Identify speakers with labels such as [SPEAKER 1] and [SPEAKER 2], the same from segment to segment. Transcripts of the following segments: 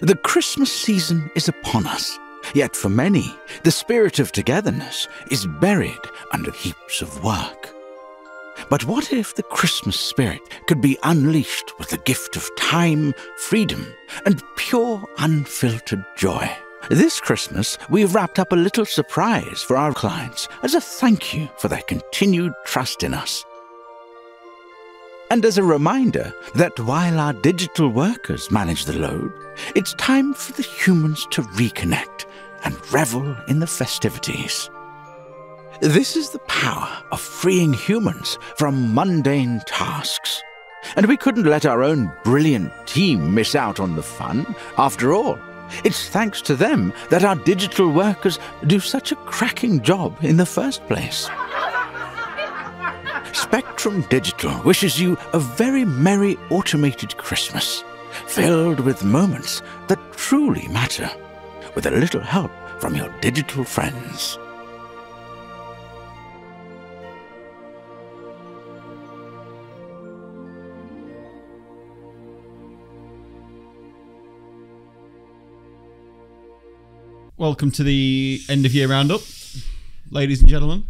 [SPEAKER 1] The Christmas season is upon us, yet for many, the spirit of togetherness is buried under heaps of work. But what if the Christmas spirit could be unleashed with the gift of time, freedom, and pure, unfiltered joy? This Christmas, we've wrapped up a little surprise for our clients as a thank you for their continued trust in us. And as a reminder that while our digital workers manage the load, it's time for the humans to reconnect and revel in the festivities. This is the power of freeing humans from mundane tasks. And we couldn't let our own brilliant team miss out on the fun. After all, it's thanks to them that our digital workers do such a cracking job in the first place. Spectrum Digital wishes you a very merry automated Christmas, filled with moments that truly matter, with a little help from your digital friends.
[SPEAKER 2] Welcome to the end of year roundup, ladies and gentlemen.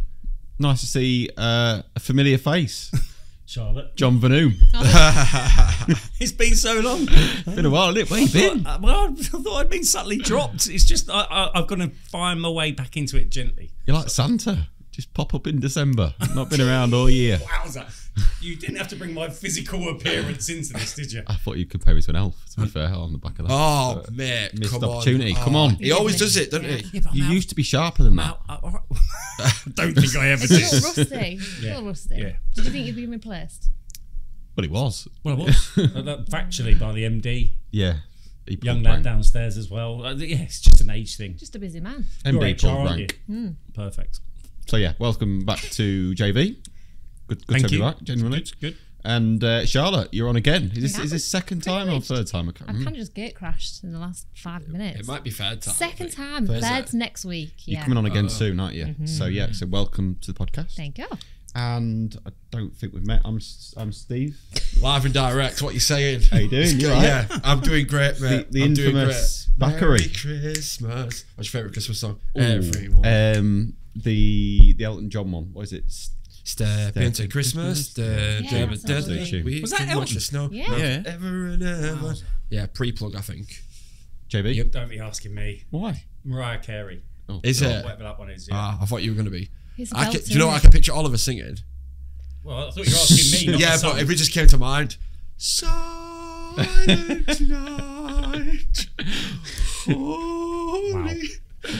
[SPEAKER 2] Nice to see uh, a familiar face,
[SPEAKER 3] Charlotte.
[SPEAKER 2] John Vanoom.
[SPEAKER 3] It's been so long.
[SPEAKER 2] Been a while, isn't it? Where you been?
[SPEAKER 3] Uh, well, I thought I'd been subtly dropped. It's just I, I, I've got to find my way back into it gently.
[SPEAKER 2] You're like Santa. Just pop up in December. Not been around all year.
[SPEAKER 3] Wowza! You didn't have to bring my physical appearance into this, did you?
[SPEAKER 2] I thought you would compare me to an elf. To be fair, on the back of that.
[SPEAKER 4] Oh, mate.
[SPEAKER 2] missed
[SPEAKER 4] come
[SPEAKER 2] opportunity.
[SPEAKER 4] On. Oh.
[SPEAKER 2] Come on.
[SPEAKER 4] He always does it, doesn't he?
[SPEAKER 5] Yeah, but I'm
[SPEAKER 2] you
[SPEAKER 5] out-
[SPEAKER 2] used to be sharper than that.
[SPEAKER 3] Ow, ow, all right. I Uh, don't think I ever
[SPEAKER 5] It's a
[SPEAKER 3] did.
[SPEAKER 5] little rusty. It's A little rusty.
[SPEAKER 3] Yeah.
[SPEAKER 5] Did you think you'd be replaced?
[SPEAKER 2] Well, it was.
[SPEAKER 3] Well, I was Uh, that- factually by the MD,
[SPEAKER 2] Yeah. He
[SPEAKER 3] young
[SPEAKER 2] pulled
[SPEAKER 3] lad
[SPEAKER 2] rank.
[SPEAKER 3] downstairs as well. Uh, yeah, it's just an age thing.
[SPEAKER 5] Just a busy man.
[SPEAKER 3] You're
[SPEAKER 2] MD pulled
[SPEAKER 3] HR, aren't
[SPEAKER 2] rank.
[SPEAKER 3] you? Perfect.
[SPEAKER 2] So yeah, welcome back to JV. Good, good
[SPEAKER 3] Thank
[SPEAKER 2] to be
[SPEAKER 3] you.
[SPEAKER 2] back, genuinely.
[SPEAKER 3] It's good.
[SPEAKER 2] And uh, Charlotte, you're on again. Is this
[SPEAKER 5] Yeah.
[SPEAKER 2] is this second time or
[SPEAKER 5] Privileged.
[SPEAKER 2] third time? I can't
[SPEAKER 5] I
[SPEAKER 2] remember.
[SPEAKER 5] kind of just gate crashed in the last five minutes.
[SPEAKER 4] Mm. It might be third time. I
[SPEAKER 5] Second
[SPEAKER 4] think.
[SPEAKER 5] time.
[SPEAKER 4] Thursday.
[SPEAKER 5] Third's next week.
[SPEAKER 2] You're
[SPEAKER 5] Yeah. Mm-hmm.
[SPEAKER 2] coming on
[SPEAKER 4] Uh,
[SPEAKER 2] again soon, aren't you? So yeah, so welcome to the podcast.
[SPEAKER 5] Thank you.
[SPEAKER 2] And I don't think we've met. I'm S- I'm Steve.
[SPEAKER 4] Live and direct. What you saying?
[SPEAKER 2] How you doing? You all right?
[SPEAKER 4] Yeah, I'm doing great,
[SPEAKER 2] The,
[SPEAKER 4] mate.
[SPEAKER 2] the
[SPEAKER 4] I'm doing
[SPEAKER 2] infamous
[SPEAKER 4] great. Merry
[SPEAKER 2] Bakery.
[SPEAKER 4] Christmas. What's your favourite Christmas song?
[SPEAKER 2] Ooh.
[SPEAKER 4] Everyone.
[SPEAKER 2] Um, the the Elton John one. What is it? S-
[SPEAKER 4] Step into Christmas. Step
[SPEAKER 5] Yeah,
[SPEAKER 4] into
[SPEAKER 5] that's a lovely
[SPEAKER 4] Christmas.
[SPEAKER 2] tune.
[SPEAKER 4] We
[SPEAKER 3] Was that
[SPEAKER 4] can watch
[SPEAKER 3] Elton?
[SPEAKER 4] the snow.
[SPEAKER 5] Yeah.
[SPEAKER 4] melt
[SPEAKER 1] Yeah.
[SPEAKER 4] Ever and ever. Yeah, pre-plug, I think.
[SPEAKER 2] JB.
[SPEAKER 4] Yep.
[SPEAKER 3] Don't be asking me.
[SPEAKER 2] Why?
[SPEAKER 3] Mariah Carey,
[SPEAKER 2] Oh,
[SPEAKER 4] Is
[SPEAKER 2] God.
[SPEAKER 4] it?
[SPEAKER 3] whatever that one is. Yeah.
[SPEAKER 4] Ah, I thought you were going to be.
[SPEAKER 5] He's
[SPEAKER 4] I
[SPEAKER 5] about
[SPEAKER 4] can, do
[SPEAKER 5] to
[SPEAKER 4] you know what? I
[SPEAKER 5] make-
[SPEAKER 4] can picture Oliver singing.
[SPEAKER 3] Well, I thought you were asking me. Not
[SPEAKER 4] yeah,
[SPEAKER 3] the
[SPEAKER 4] but
[SPEAKER 3] song.
[SPEAKER 4] if it just came to mind. Silent night. Holy.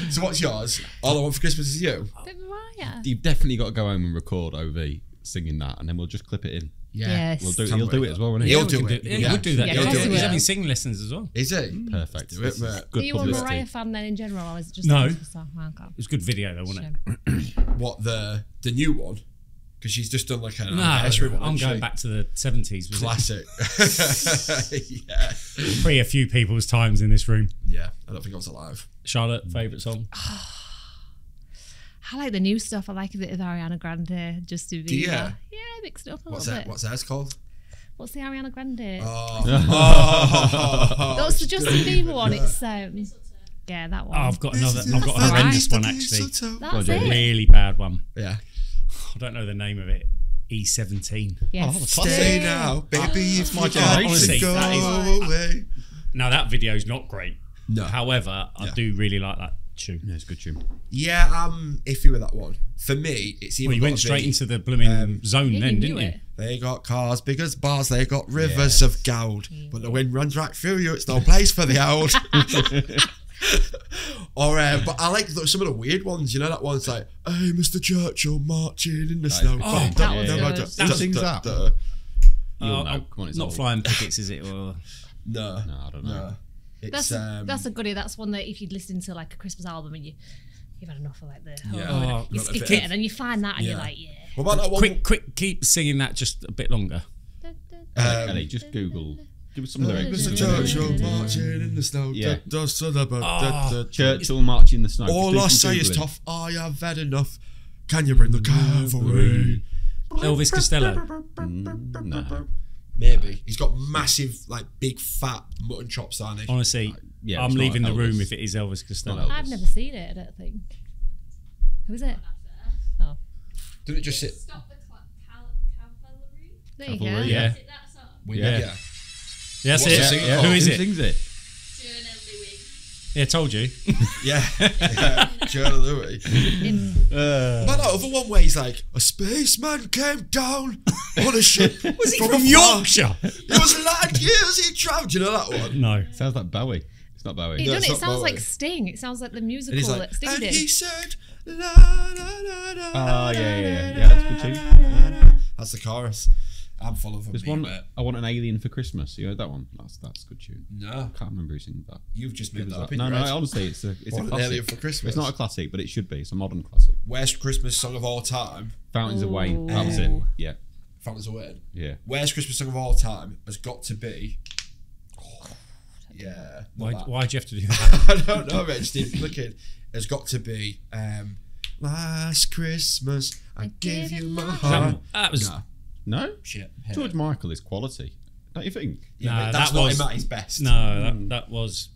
[SPEAKER 4] So what's yours? All I want for Christmas is you.
[SPEAKER 5] But Mariah.
[SPEAKER 2] You've definitely got to go home and record OV singing that, and then we'll just clip it in.
[SPEAKER 5] Yes.
[SPEAKER 2] We'll do.
[SPEAKER 4] Can't
[SPEAKER 2] He'll do
[SPEAKER 4] wait.
[SPEAKER 2] it as well, won't he?
[SPEAKER 4] He'll
[SPEAKER 3] We
[SPEAKER 4] do
[SPEAKER 3] can
[SPEAKER 4] it.
[SPEAKER 3] Yeah, he would do that.
[SPEAKER 5] Yeah,
[SPEAKER 3] He'll
[SPEAKER 4] He'll
[SPEAKER 5] of course
[SPEAKER 3] do it.
[SPEAKER 5] he
[SPEAKER 3] He's
[SPEAKER 5] will.
[SPEAKER 3] having singing lessons as well.
[SPEAKER 4] Is it?
[SPEAKER 3] Mm.
[SPEAKER 2] Perfect.
[SPEAKER 4] Do it,
[SPEAKER 2] This is
[SPEAKER 4] mate.
[SPEAKER 2] Good
[SPEAKER 5] Are you a
[SPEAKER 2] publicity.
[SPEAKER 5] Mariah fan then in general, or was it just
[SPEAKER 3] No.
[SPEAKER 5] a Christmas song? Oh, God.
[SPEAKER 3] It was a good video though, wasn't it?
[SPEAKER 5] Shame.
[SPEAKER 4] What the the new one? Because she's just done like a
[SPEAKER 3] No,
[SPEAKER 4] anniversary one.
[SPEAKER 3] Ah, I'm
[SPEAKER 4] hasn't
[SPEAKER 3] going
[SPEAKER 4] she?
[SPEAKER 3] back to the 70s. Was it?
[SPEAKER 4] Classic. yeah.
[SPEAKER 3] Pre a few people's times in this room. Oh,
[SPEAKER 4] Yeah. I don't think I was alive.
[SPEAKER 3] Charlotte, favourite song?
[SPEAKER 5] I like the new stuff. I like a bit of Ariana Grande, Justin Bieber.
[SPEAKER 4] you?
[SPEAKER 5] Yeah, mixed it up a
[SPEAKER 4] What's
[SPEAKER 5] little
[SPEAKER 4] that?
[SPEAKER 5] bit.
[SPEAKER 4] What's theirs called?
[SPEAKER 5] What's the Ariana Grande?
[SPEAKER 4] Oh.
[SPEAKER 5] That's the Justin Bieber one. It's um, yeah, that
[SPEAKER 3] Oh,
[SPEAKER 5] one.
[SPEAKER 3] I've got another. I've got a horrendous one actually.
[SPEAKER 5] That's
[SPEAKER 2] God,
[SPEAKER 5] it.
[SPEAKER 2] yeah.
[SPEAKER 3] Really bad one.
[SPEAKER 4] Yeah.
[SPEAKER 3] I don't know the name of it. E E17.
[SPEAKER 4] Oh,
[SPEAKER 5] Yes.
[SPEAKER 4] Stay now, baby. If
[SPEAKER 2] my
[SPEAKER 4] you got
[SPEAKER 2] generation.
[SPEAKER 4] to go
[SPEAKER 3] That
[SPEAKER 5] is-
[SPEAKER 4] away.
[SPEAKER 3] Now that video's not great.
[SPEAKER 4] No.
[SPEAKER 3] However, I
[SPEAKER 4] Yeah.
[SPEAKER 3] do really like that tune.
[SPEAKER 2] Yeah, it's a good tune.
[SPEAKER 4] Yeah, I'm iffy with that one. For me, it's even.
[SPEAKER 3] Well, you went straight into the blooming zone
[SPEAKER 5] Yeah,
[SPEAKER 3] then,
[SPEAKER 5] you
[SPEAKER 3] didn't
[SPEAKER 5] knew
[SPEAKER 3] you?
[SPEAKER 5] it.
[SPEAKER 4] They got cars big as bars. They got rivers of gold. But the wind runs right through you. It's no place for the old. or, uh, but I like the, some of the weird ones. You know that one's like, "Hey, Mr. Churchill, marching in the snow."
[SPEAKER 3] Oh,
[SPEAKER 5] that
[SPEAKER 4] Dun,
[SPEAKER 5] was
[SPEAKER 4] dun,
[SPEAKER 5] good.
[SPEAKER 4] dun,
[SPEAKER 5] Who
[SPEAKER 4] dun, dun,
[SPEAKER 2] sings
[SPEAKER 4] dun,
[SPEAKER 2] that?
[SPEAKER 4] dun.
[SPEAKER 3] Uh,
[SPEAKER 2] You'll know.
[SPEAKER 3] uh,
[SPEAKER 2] Come on, it's
[SPEAKER 3] not
[SPEAKER 2] old.
[SPEAKER 3] flying pickets, is it? Or
[SPEAKER 4] No,
[SPEAKER 2] No, I don't know.
[SPEAKER 4] no. It's
[SPEAKER 5] That's a,
[SPEAKER 4] um,
[SPEAKER 5] that's a goodie. That's one that if you'd listen to like a Christmas album and you you've had enough of like the whole
[SPEAKER 4] Yeah.
[SPEAKER 3] Oh,
[SPEAKER 5] you
[SPEAKER 4] not a
[SPEAKER 5] skip
[SPEAKER 4] bit
[SPEAKER 5] it
[SPEAKER 4] of-
[SPEAKER 5] and then you find that and you're
[SPEAKER 4] Yeah.
[SPEAKER 5] like yeah.
[SPEAKER 4] what about that one?
[SPEAKER 3] quick, quick, keep singing that just a bit longer.
[SPEAKER 5] Dun, dun, dun.
[SPEAKER 3] uh,
[SPEAKER 4] Um,
[SPEAKER 2] Ellie, just Google. Give us some
[SPEAKER 4] Hey,
[SPEAKER 2] lyrics.
[SPEAKER 4] Mr. Churchill marching in the snow.
[SPEAKER 2] Yeah.
[SPEAKER 4] Dun, dun, dun, dun, dun,
[SPEAKER 3] Oh,
[SPEAKER 4] dun, dun.
[SPEAKER 2] Churchill march in the snow. Just
[SPEAKER 4] All
[SPEAKER 2] do
[SPEAKER 4] I
[SPEAKER 2] some
[SPEAKER 4] say is
[SPEAKER 2] Googling.
[SPEAKER 4] tough. I have had enough. Can you bring the cavalry?
[SPEAKER 3] Elvis Costello.
[SPEAKER 2] No.
[SPEAKER 4] Maybe he's got massive, like big fat mutton chops, aren't he?
[SPEAKER 3] Honestly,
[SPEAKER 2] Uh, yeah,
[SPEAKER 3] I'm
[SPEAKER 2] it's not
[SPEAKER 3] leaving the
[SPEAKER 2] Elvis.
[SPEAKER 3] room if it is Elvis Costello.
[SPEAKER 2] Not Elvis.
[SPEAKER 5] I've never seen it, I don't think. Who is it? Oh.
[SPEAKER 4] Didn't it just sit?
[SPEAKER 6] Stop the cla- cal- cavalry.
[SPEAKER 5] There you
[SPEAKER 2] Cavalry,
[SPEAKER 5] go.
[SPEAKER 3] Yeah.
[SPEAKER 6] Is it that song?
[SPEAKER 4] We,
[SPEAKER 2] Yeah.
[SPEAKER 4] yeah.
[SPEAKER 3] That's
[SPEAKER 4] What's
[SPEAKER 3] it.
[SPEAKER 4] the singer
[SPEAKER 3] Yeah.
[SPEAKER 4] called?
[SPEAKER 3] Who is
[SPEAKER 2] Who
[SPEAKER 3] it?
[SPEAKER 2] sings it?
[SPEAKER 6] Journal Louis.
[SPEAKER 3] Yeah, told you.
[SPEAKER 4] Yeah. yeah. Joanna Louis. But that other one where he's like, a spaceman came down on a ship. was
[SPEAKER 3] From, Yorkshire.
[SPEAKER 4] It was like years he traveled. Do you know that one?
[SPEAKER 3] No.
[SPEAKER 2] Sounds like Bowie. It's not Bowie.
[SPEAKER 5] He
[SPEAKER 4] No,
[SPEAKER 5] done it.
[SPEAKER 4] it's
[SPEAKER 5] It
[SPEAKER 4] not
[SPEAKER 5] sounds like
[SPEAKER 4] Bowie.
[SPEAKER 5] Sting. It sounds like the
[SPEAKER 4] And he's
[SPEAKER 5] musical
[SPEAKER 4] like,
[SPEAKER 5] that Sting
[SPEAKER 4] and
[SPEAKER 5] did.
[SPEAKER 4] he said, la la la la.
[SPEAKER 2] Ah, yeah, yeah,
[SPEAKER 4] la,
[SPEAKER 2] yeah.
[SPEAKER 4] la,
[SPEAKER 2] Yeah, that's a good
[SPEAKER 4] la,
[SPEAKER 2] tune.
[SPEAKER 4] la, la." That's the chorus. I'm following from
[SPEAKER 2] There's
[SPEAKER 4] me,
[SPEAKER 2] one.
[SPEAKER 4] mate.
[SPEAKER 2] I want an alien for Christmas. You heard that one? That's that's a good tune.
[SPEAKER 4] No,
[SPEAKER 2] I can't remember who sings that.
[SPEAKER 4] you've just
[SPEAKER 2] Who
[SPEAKER 4] made
[SPEAKER 2] was
[SPEAKER 4] that up.
[SPEAKER 2] that?
[SPEAKER 4] in
[SPEAKER 2] No,
[SPEAKER 4] your
[SPEAKER 2] no.
[SPEAKER 4] head.
[SPEAKER 2] Honestly, it's a it's
[SPEAKER 4] Want
[SPEAKER 2] a
[SPEAKER 4] an
[SPEAKER 2] classic.
[SPEAKER 4] alien for Christmas.
[SPEAKER 2] It's not a classic, but it should be. It's a modern classic.
[SPEAKER 4] Worst Christmas song of all time.
[SPEAKER 2] Fountains of Wayne. That was it.
[SPEAKER 5] Ooh.
[SPEAKER 2] Yeah,
[SPEAKER 4] Fountains of Wayne.
[SPEAKER 2] yeah.
[SPEAKER 4] Worst Christmas song of all time has got to be. Yeah.
[SPEAKER 3] Why,
[SPEAKER 4] not that.
[SPEAKER 3] why'd you have to do that?
[SPEAKER 4] I don't know, mate. Steve Flickin has got to be. Um, Last Christmas, I gave you my heart.
[SPEAKER 3] Um, that was. Nah,
[SPEAKER 2] No,
[SPEAKER 4] Shit.
[SPEAKER 2] George Michael is quality. Don't you think?
[SPEAKER 4] Yeah,
[SPEAKER 3] Nah,
[SPEAKER 4] mate, that's
[SPEAKER 3] that
[SPEAKER 4] not
[SPEAKER 3] was-
[SPEAKER 4] him at his best.
[SPEAKER 3] No,
[SPEAKER 2] Hmm.
[SPEAKER 3] that, that was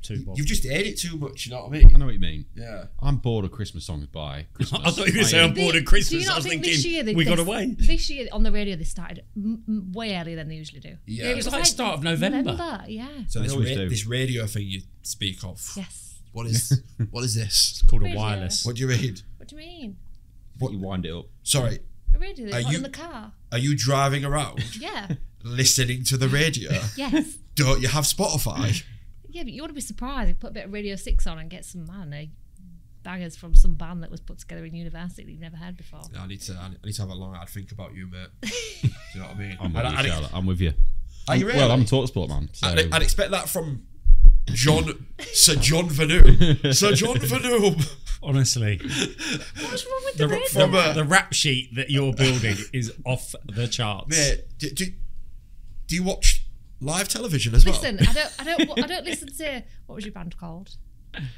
[SPEAKER 3] too bold.
[SPEAKER 4] You've just ate it too much, you know what I mean?
[SPEAKER 2] I know what you mean.
[SPEAKER 4] Yeah.
[SPEAKER 2] I'm bored of Christmas songs by Christmas.
[SPEAKER 3] I thought you were gonna say I'm
[SPEAKER 5] They-
[SPEAKER 3] bored of
[SPEAKER 5] do
[SPEAKER 3] Christmas.
[SPEAKER 5] you not
[SPEAKER 3] I was
[SPEAKER 5] think
[SPEAKER 3] thinking
[SPEAKER 5] this year they
[SPEAKER 3] we got
[SPEAKER 5] this-
[SPEAKER 3] away.
[SPEAKER 5] This year on the radio they started m- m- way earlier than they usually do.
[SPEAKER 4] Yeah.
[SPEAKER 3] It was like start of November.
[SPEAKER 5] November, yeah.
[SPEAKER 4] So this,
[SPEAKER 2] always
[SPEAKER 4] ra-
[SPEAKER 2] do.
[SPEAKER 4] this radio thing you speak of,
[SPEAKER 5] Yes.
[SPEAKER 4] what is what is this?
[SPEAKER 3] Called a
[SPEAKER 5] Radio.
[SPEAKER 3] wireless.
[SPEAKER 4] What do you mean?
[SPEAKER 5] What do you mean?
[SPEAKER 2] What you wind it up?
[SPEAKER 4] Sorry,
[SPEAKER 5] A radio? They
[SPEAKER 4] Are
[SPEAKER 5] put
[SPEAKER 4] you-
[SPEAKER 5] in the car?
[SPEAKER 4] are you driving around
[SPEAKER 5] Yeah.
[SPEAKER 4] listening to the radio?
[SPEAKER 5] yes.
[SPEAKER 4] Don't you have Spotify?
[SPEAKER 5] Yeah, but you ought to be surprised. You put a bit of Radio 6 on and get some, I don't know, bangers from some band that was put together in university that you've never heard before.
[SPEAKER 4] I need to. I need to have a long hard think about you, mate. Do you know what I mean?
[SPEAKER 2] I'm
[SPEAKER 4] And
[SPEAKER 2] with
[SPEAKER 4] I-
[SPEAKER 2] you,
[SPEAKER 4] I'd-
[SPEAKER 2] Charlotte. I'm with you.
[SPEAKER 4] Um, Are you really?
[SPEAKER 2] Well, I'm a Talksport man. So.
[SPEAKER 4] I'd, I'd expect that from John, Sir John Vanum, Sir John Vanum.
[SPEAKER 3] Honestly,
[SPEAKER 5] What's wrong with the,
[SPEAKER 3] the, the,
[SPEAKER 5] radio?
[SPEAKER 4] from a-
[SPEAKER 3] the rap sheet that you're building is off the charts.
[SPEAKER 4] Mate, do, do, do you watch live television as well?
[SPEAKER 5] Listen, I don't, I don't, I don't listen to what was your band called?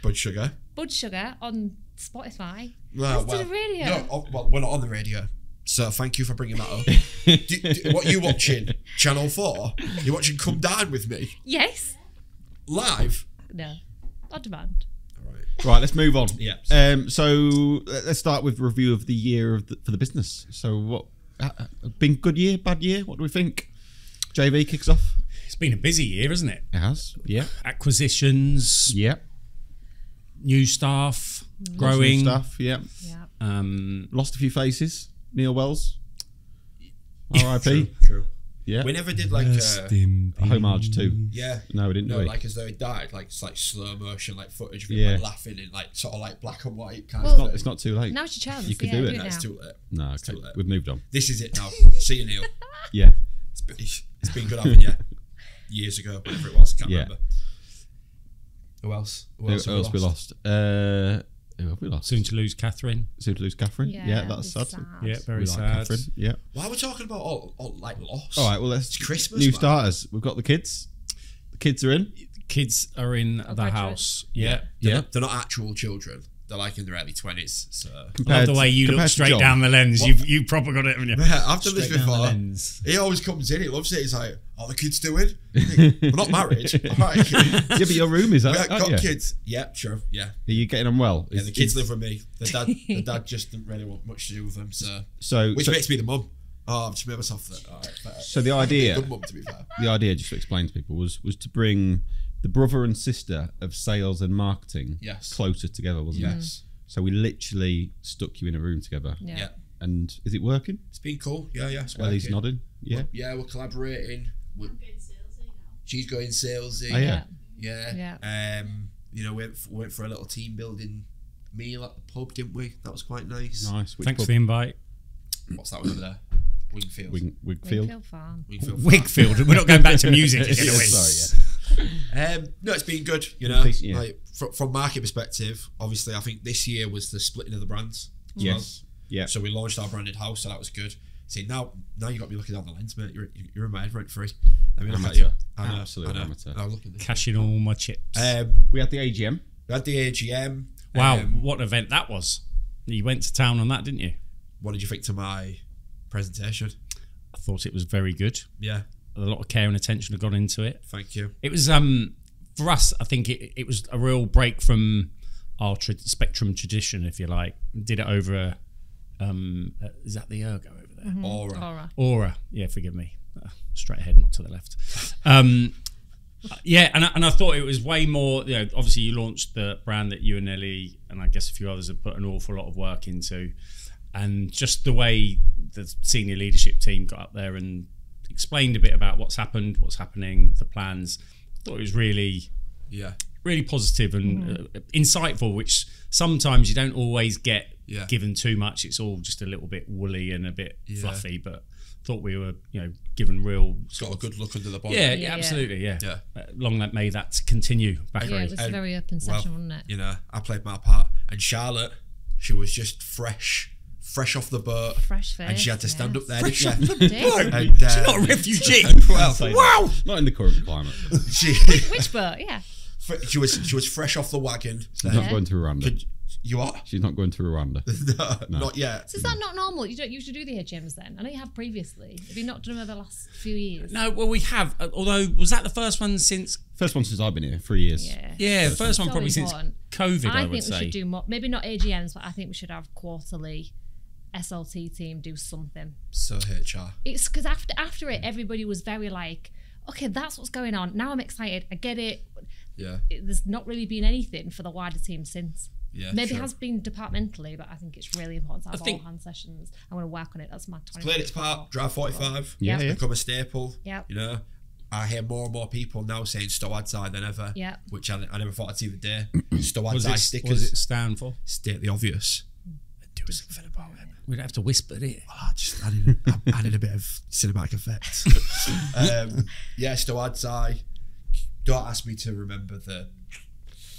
[SPEAKER 4] Bud Sugar.
[SPEAKER 5] Bud Sugar on Spotify.
[SPEAKER 4] Well,
[SPEAKER 5] Listen to the radio.
[SPEAKER 4] No, oh, well, we're not on the radio. So thank you for bringing that up. do, do- what are you watching? Channel 4? You're watching Come Down With Me?
[SPEAKER 5] Yes.
[SPEAKER 4] Live?
[SPEAKER 5] No. On demand.
[SPEAKER 4] All right.
[SPEAKER 2] Right, let's move on.
[SPEAKER 4] Yeah.
[SPEAKER 2] Um, so let- let's start with review of the year of the, for the business. So what? ha- ha- Been good year, bad year? What do we think? JV kicks off.
[SPEAKER 3] It's been a busy year, isn't it?
[SPEAKER 2] It has. Yeah.
[SPEAKER 3] Acquisitions,
[SPEAKER 2] Yeah.
[SPEAKER 3] new staff,
[SPEAKER 2] Some
[SPEAKER 3] growing.
[SPEAKER 2] stuff. Yeah.
[SPEAKER 5] Yeah.
[SPEAKER 3] Um,
[SPEAKER 2] Lost a few faces. Neil Wells. R.I.P.
[SPEAKER 4] True, true.
[SPEAKER 2] yeah.
[SPEAKER 4] We never did like. Uh,
[SPEAKER 2] Homage too.
[SPEAKER 4] yeah.
[SPEAKER 2] No, we didn't.
[SPEAKER 4] No,
[SPEAKER 2] do we?
[SPEAKER 4] like as though he died, like it's like slow motion, like footage of him
[SPEAKER 2] Yeah.
[SPEAKER 4] like, laughing in like sort of like black and white kind
[SPEAKER 5] Well-
[SPEAKER 4] of.
[SPEAKER 2] Not- it's not too late.
[SPEAKER 5] Now's your chance.
[SPEAKER 2] You could
[SPEAKER 5] yeah,
[SPEAKER 2] do it.
[SPEAKER 5] now.
[SPEAKER 4] It's too late.
[SPEAKER 2] No, okay.
[SPEAKER 4] too late.
[SPEAKER 2] We've moved on.
[SPEAKER 4] uh, This is it now. See you, Neil.
[SPEAKER 2] Yeah.
[SPEAKER 4] It's been, it's been good having you. Years ago, whatever it was, I can't
[SPEAKER 2] Yeah.
[SPEAKER 4] remember. Who else? Who
[SPEAKER 2] Who
[SPEAKER 4] else, have
[SPEAKER 2] else we lost? Uh, who have we lost?
[SPEAKER 3] soon to lose Catherine.
[SPEAKER 2] Soon to lose Catherine. Yeah, that's sad.
[SPEAKER 5] that'd be
[SPEAKER 3] Yeah, very
[SPEAKER 2] We like
[SPEAKER 3] sad.
[SPEAKER 2] Catherine. Yeah.
[SPEAKER 4] Why are we talking about all, all like loss?
[SPEAKER 2] All right. Well, let's
[SPEAKER 4] It's Christmas,
[SPEAKER 2] New
[SPEAKER 4] man.
[SPEAKER 2] starters. We've got the kids. The kids are in.
[SPEAKER 3] Kids are in the
[SPEAKER 5] graduates.
[SPEAKER 3] house. Yeah.
[SPEAKER 4] They're,
[SPEAKER 2] Yeah.
[SPEAKER 4] not, they're not actual children. They're like in their early twenties. So
[SPEAKER 3] Love
[SPEAKER 2] Compared-
[SPEAKER 3] the way you look
[SPEAKER 2] compared to
[SPEAKER 3] straight
[SPEAKER 2] John.
[SPEAKER 3] down the lens. You've you proper got it. haven't you?
[SPEAKER 4] I've done this
[SPEAKER 3] Straight down the
[SPEAKER 4] before.
[SPEAKER 3] lens.
[SPEAKER 4] He always comes in. He loves it. He's like, "How the kids doing? I think, We're not married. All right.
[SPEAKER 2] Yeah, but your room is
[SPEAKER 4] We
[SPEAKER 2] that.
[SPEAKER 4] ain't got
[SPEAKER 2] Are you?
[SPEAKER 4] kids. Yeah, sure. Yeah.
[SPEAKER 2] Are you getting on well?
[SPEAKER 4] Yeah,
[SPEAKER 2] Is-
[SPEAKER 4] the
[SPEAKER 2] is-
[SPEAKER 4] kids live with me. The dad, the dad just didn't really want much to do with them. So,
[SPEAKER 2] So,
[SPEAKER 4] which
[SPEAKER 2] so,
[SPEAKER 4] makes me the mum. Oh, I've just made myself the. All right, fair.
[SPEAKER 2] so the idea,
[SPEAKER 4] Good mum, to be fair.
[SPEAKER 2] the idea, just to explain to people, was was to bring the brother and sister of sales and marketing
[SPEAKER 4] Yes.
[SPEAKER 2] closer together, wasn't it?
[SPEAKER 4] Yes.
[SPEAKER 2] So we literally stuck you in a room together.
[SPEAKER 5] Mm, Yeah.
[SPEAKER 4] Yeah.
[SPEAKER 2] And is it working?
[SPEAKER 4] It's been cool. Yeah, yeah. it's
[SPEAKER 2] Ellie's
[SPEAKER 4] working.
[SPEAKER 2] nodding. Yeah.
[SPEAKER 4] Yeah, we're collaborating. We're,
[SPEAKER 6] I'm going salesy now.
[SPEAKER 4] she's going salesy.
[SPEAKER 2] Oh, yeah.
[SPEAKER 4] Yeah. Um, you know, went for, went for a little team building meal at the pub, didn't we? That was quite nice.
[SPEAKER 2] Nice. Which
[SPEAKER 3] Thanks
[SPEAKER 2] pub?
[SPEAKER 3] for the invite.
[SPEAKER 4] What's that one over there? Wingfield.
[SPEAKER 2] Wing,
[SPEAKER 5] Wakefield
[SPEAKER 2] Wigfield.
[SPEAKER 5] Farm.
[SPEAKER 4] Wingfield.
[SPEAKER 3] Wigfield. We're not going back to music again,
[SPEAKER 2] Yeah,
[SPEAKER 3] are we?
[SPEAKER 2] sorry,
[SPEAKER 4] Um, no, it's been good. You know,
[SPEAKER 2] Decent, yeah.
[SPEAKER 4] like from, from market perspective, obviously, I think this year was the splitting of the brands. as
[SPEAKER 2] Yes. Yeah.
[SPEAKER 4] well. So we launched our branded house, so that was good. See now, now you got me looking down the lens, mate. You're, you're in my head rent free. I mean,
[SPEAKER 2] Amateur.
[SPEAKER 4] I know,
[SPEAKER 2] Absolute
[SPEAKER 4] I know.
[SPEAKER 2] amateur.
[SPEAKER 4] I'm looking. at
[SPEAKER 3] Cashing all my chips.
[SPEAKER 4] this. Um,
[SPEAKER 2] We had the AGM.
[SPEAKER 4] we had the AGM.
[SPEAKER 3] wow,
[SPEAKER 4] Um,
[SPEAKER 3] what event that was! You went to town on that, didn't you?
[SPEAKER 4] what did you think to my presentation?
[SPEAKER 3] I thought it was very good.
[SPEAKER 4] Yeah,
[SPEAKER 3] A lot of care and attention had gone into it.
[SPEAKER 4] thank you.
[SPEAKER 3] It was um for us, I think it, it was a real break from our tra- spectrum tradition, if you like. Did it over, um, uh, is that the ergo over there?
[SPEAKER 4] Aura.
[SPEAKER 5] All right.
[SPEAKER 3] Aura. Yeah, forgive me. Uh, straight ahead, not to the left. Um, yeah, and I, and I thought it was way more. You know, obviously you launched the brand that you and Ellie and I guess a few others have put an awful lot of work into, and just the way the senior leadership team got up there and explained a bit about what's happened, what's happening, the plans. I thought it was really
[SPEAKER 4] Yeah.
[SPEAKER 3] really positive and
[SPEAKER 5] Mm.
[SPEAKER 3] uh, insightful, which sometimes you don't always get
[SPEAKER 4] Yeah.
[SPEAKER 3] given too much. It's all just a little bit woolly and a bit
[SPEAKER 4] Yeah.
[SPEAKER 3] fluffy, but thought we were, you know, given real.
[SPEAKER 4] It's got a good look under the bonnet.
[SPEAKER 3] Yeah, yeah,
[SPEAKER 5] Yeah.
[SPEAKER 3] absolutely, yeah.
[SPEAKER 4] Yeah.
[SPEAKER 3] Uh, long that may that continue, Bakary.
[SPEAKER 5] Yeah, it was a
[SPEAKER 4] And-
[SPEAKER 5] very open
[SPEAKER 4] well,
[SPEAKER 5] session, wasn't it?
[SPEAKER 4] You know, I played my part. And Charlotte, she was just fresh, fresh off the boat.
[SPEAKER 5] Fresh face.
[SPEAKER 4] and she had to stand
[SPEAKER 5] yes.
[SPEAKER 4] up there. didn't she?
[SPEAKER 5] Did.
[SPEAKER 4] And, uh,
[SPEAKER 3] Not a refugee.
[SPEAKER 4] well,
[SPEAKER 2] Wow! Not in the current climate.
[SPEAKER 4] she,
[SPEAKER 5] Which boat? Yeah.
[SPEAKER 4] she was she was fresh off the wagon.
[SPEAKER 2] She's not going to Rwanda.
[SPEAKER 4] Could- you are
[SPEAKER 2] She's not going to Rwanda.
[SPEAKER 4] no, not yet.
[SPEAKER 5] So is that not normal? You don't usually do the HMs then? I know you have previously. Have you not done them over the last few years?
[SPEAKER 3] No, well, we have. uh, Although, was that the first one since?
[SPEAKER 2] First one since I've been here, three years.
[SPEAKER 5] Yeah.
[SPEAKER 3] Yeah, first one
[SPEAKER 5] It's
[SPEAKER 3] probably
[SPEAKER 5] all
[SPEAKER 3] since
[SPEAKER 5] important.
[SPEAKER 3] COVID.
[SPEAKER 5] I,
[SPEAKER 3] I, would
[SPEAKER 5] think we
[SPEAKER 3] say.
[SPEAKER 5] should do more. Maybe not AGMs, but I think we should have quarterly SLT team do something.
[SPEAKER 4] So HR.
[SPEAKER 5] It's because after after it, everybody was very like, okay, that's what's going on. Now I'm excited. I get it.
[SPEAKER 4] Yeah.
[SPEAKER 5] It- There's not really been anything for the wider team since.
[SPEAKER 4] Yeah.
[SPEAKER 5] Maybe
[SPEAKER 4] sure.
[SPEAKER 5] it has been departmentally, but I think it's really important to have
[SPEAKER 3] think-
[SPEAKER 5] all hand sessions. I'm going to work on it. That's my 20
[SPEAKER 4] played its part. Drive 45.
[SPEAKER 2] Yeah,
[SPEAKER 5] Yeah.
[SPEAKER 2] yeah.
[SPEAKER 4] Become a staple.
[SPEAKER 5] Yep.
[SPEAKER 4] You know, I hear more and more people now saying Stowad side than ever.
[SPEAKER 5] Yeah.
[SPEAKER 4] Which I, I never thought I'd see the day. Stowad
[SPEAKER 3] Was it,
[SPEAKER 4] side
[SPEAKER 3] what does
[SPEAKER 4] stickers.
[SPEAKER 3] it stand for?
[SPEAKER 4] State the obvious.
[SPEAKER 3] Do something about it. We'd have to whisper it.
[SPEAKER 4] I just added, I added a bit of cinematic effect. um, yeah, Stowad side. Don't ask me to remember the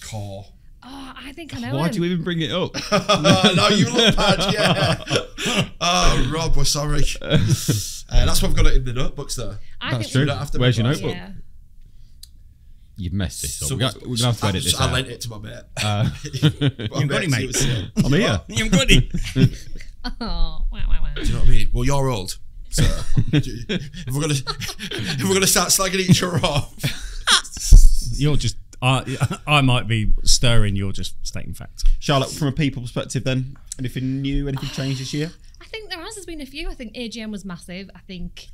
[SPEAKER 4] core.
[SPEAKER 5] Oh, I think I know.
[SPEAKER 2] Why
[SPEAKER 5] him.
[SPEAKER 2] do you even bring it up?
[SPEAKER 4] oh, no, you look bad, yeah. Oh, Rob, we're sorry. Uh, that's what I've got it in the notebooks, though.
[SPEAKER 5] I
[SPEAKER 2] That's
[SPEAKER 5] think
[SPEAKER 2] true.
[SPEAKER 4] don't have to
[SPEAKER 2] Where's
[SPEAKER 4] be
[SPEAKER 2] your
[SPEAKER 4] bothered.
[SPEAKER 2] notebook?
[SPEAKER 5] Yeah.
[SPEAKER 2] You've messed this up.
[SPEAKER 4] So-
[SPEAKER 2] We're gonna, we're gonna have to edit this
[SPEAKER 4] I
[SPEAKER 2] out.
[SPEAKER 4] lent it to my mate.
[SPEAKER 2] Uh,
[SPEAKER 4] My
[SPEAKER 3] You got it,
[SPEAKER 4] mate, he
[SPEAKER 3] mate.
[SPEAKER 4] was- Do
[SPEAKER 2] I'm here.
[SPEAKER 3] You've got it.
[SPEAKER 5] Oh, wow, wow, wow.
[SPEAKER 4] you know what I mean? Well, you're old. So, if we're gonna if we're gonna start slagging each other off,
[SPEAKER 3] You're just. I, I might be stirring. You're just stating facts.
[SPEAKER 2] Charlotte, from a people perspective, then anything new, anything changed this year?
[SPEAKER 5] I think there has there's been a few. I think AGM was massive. I think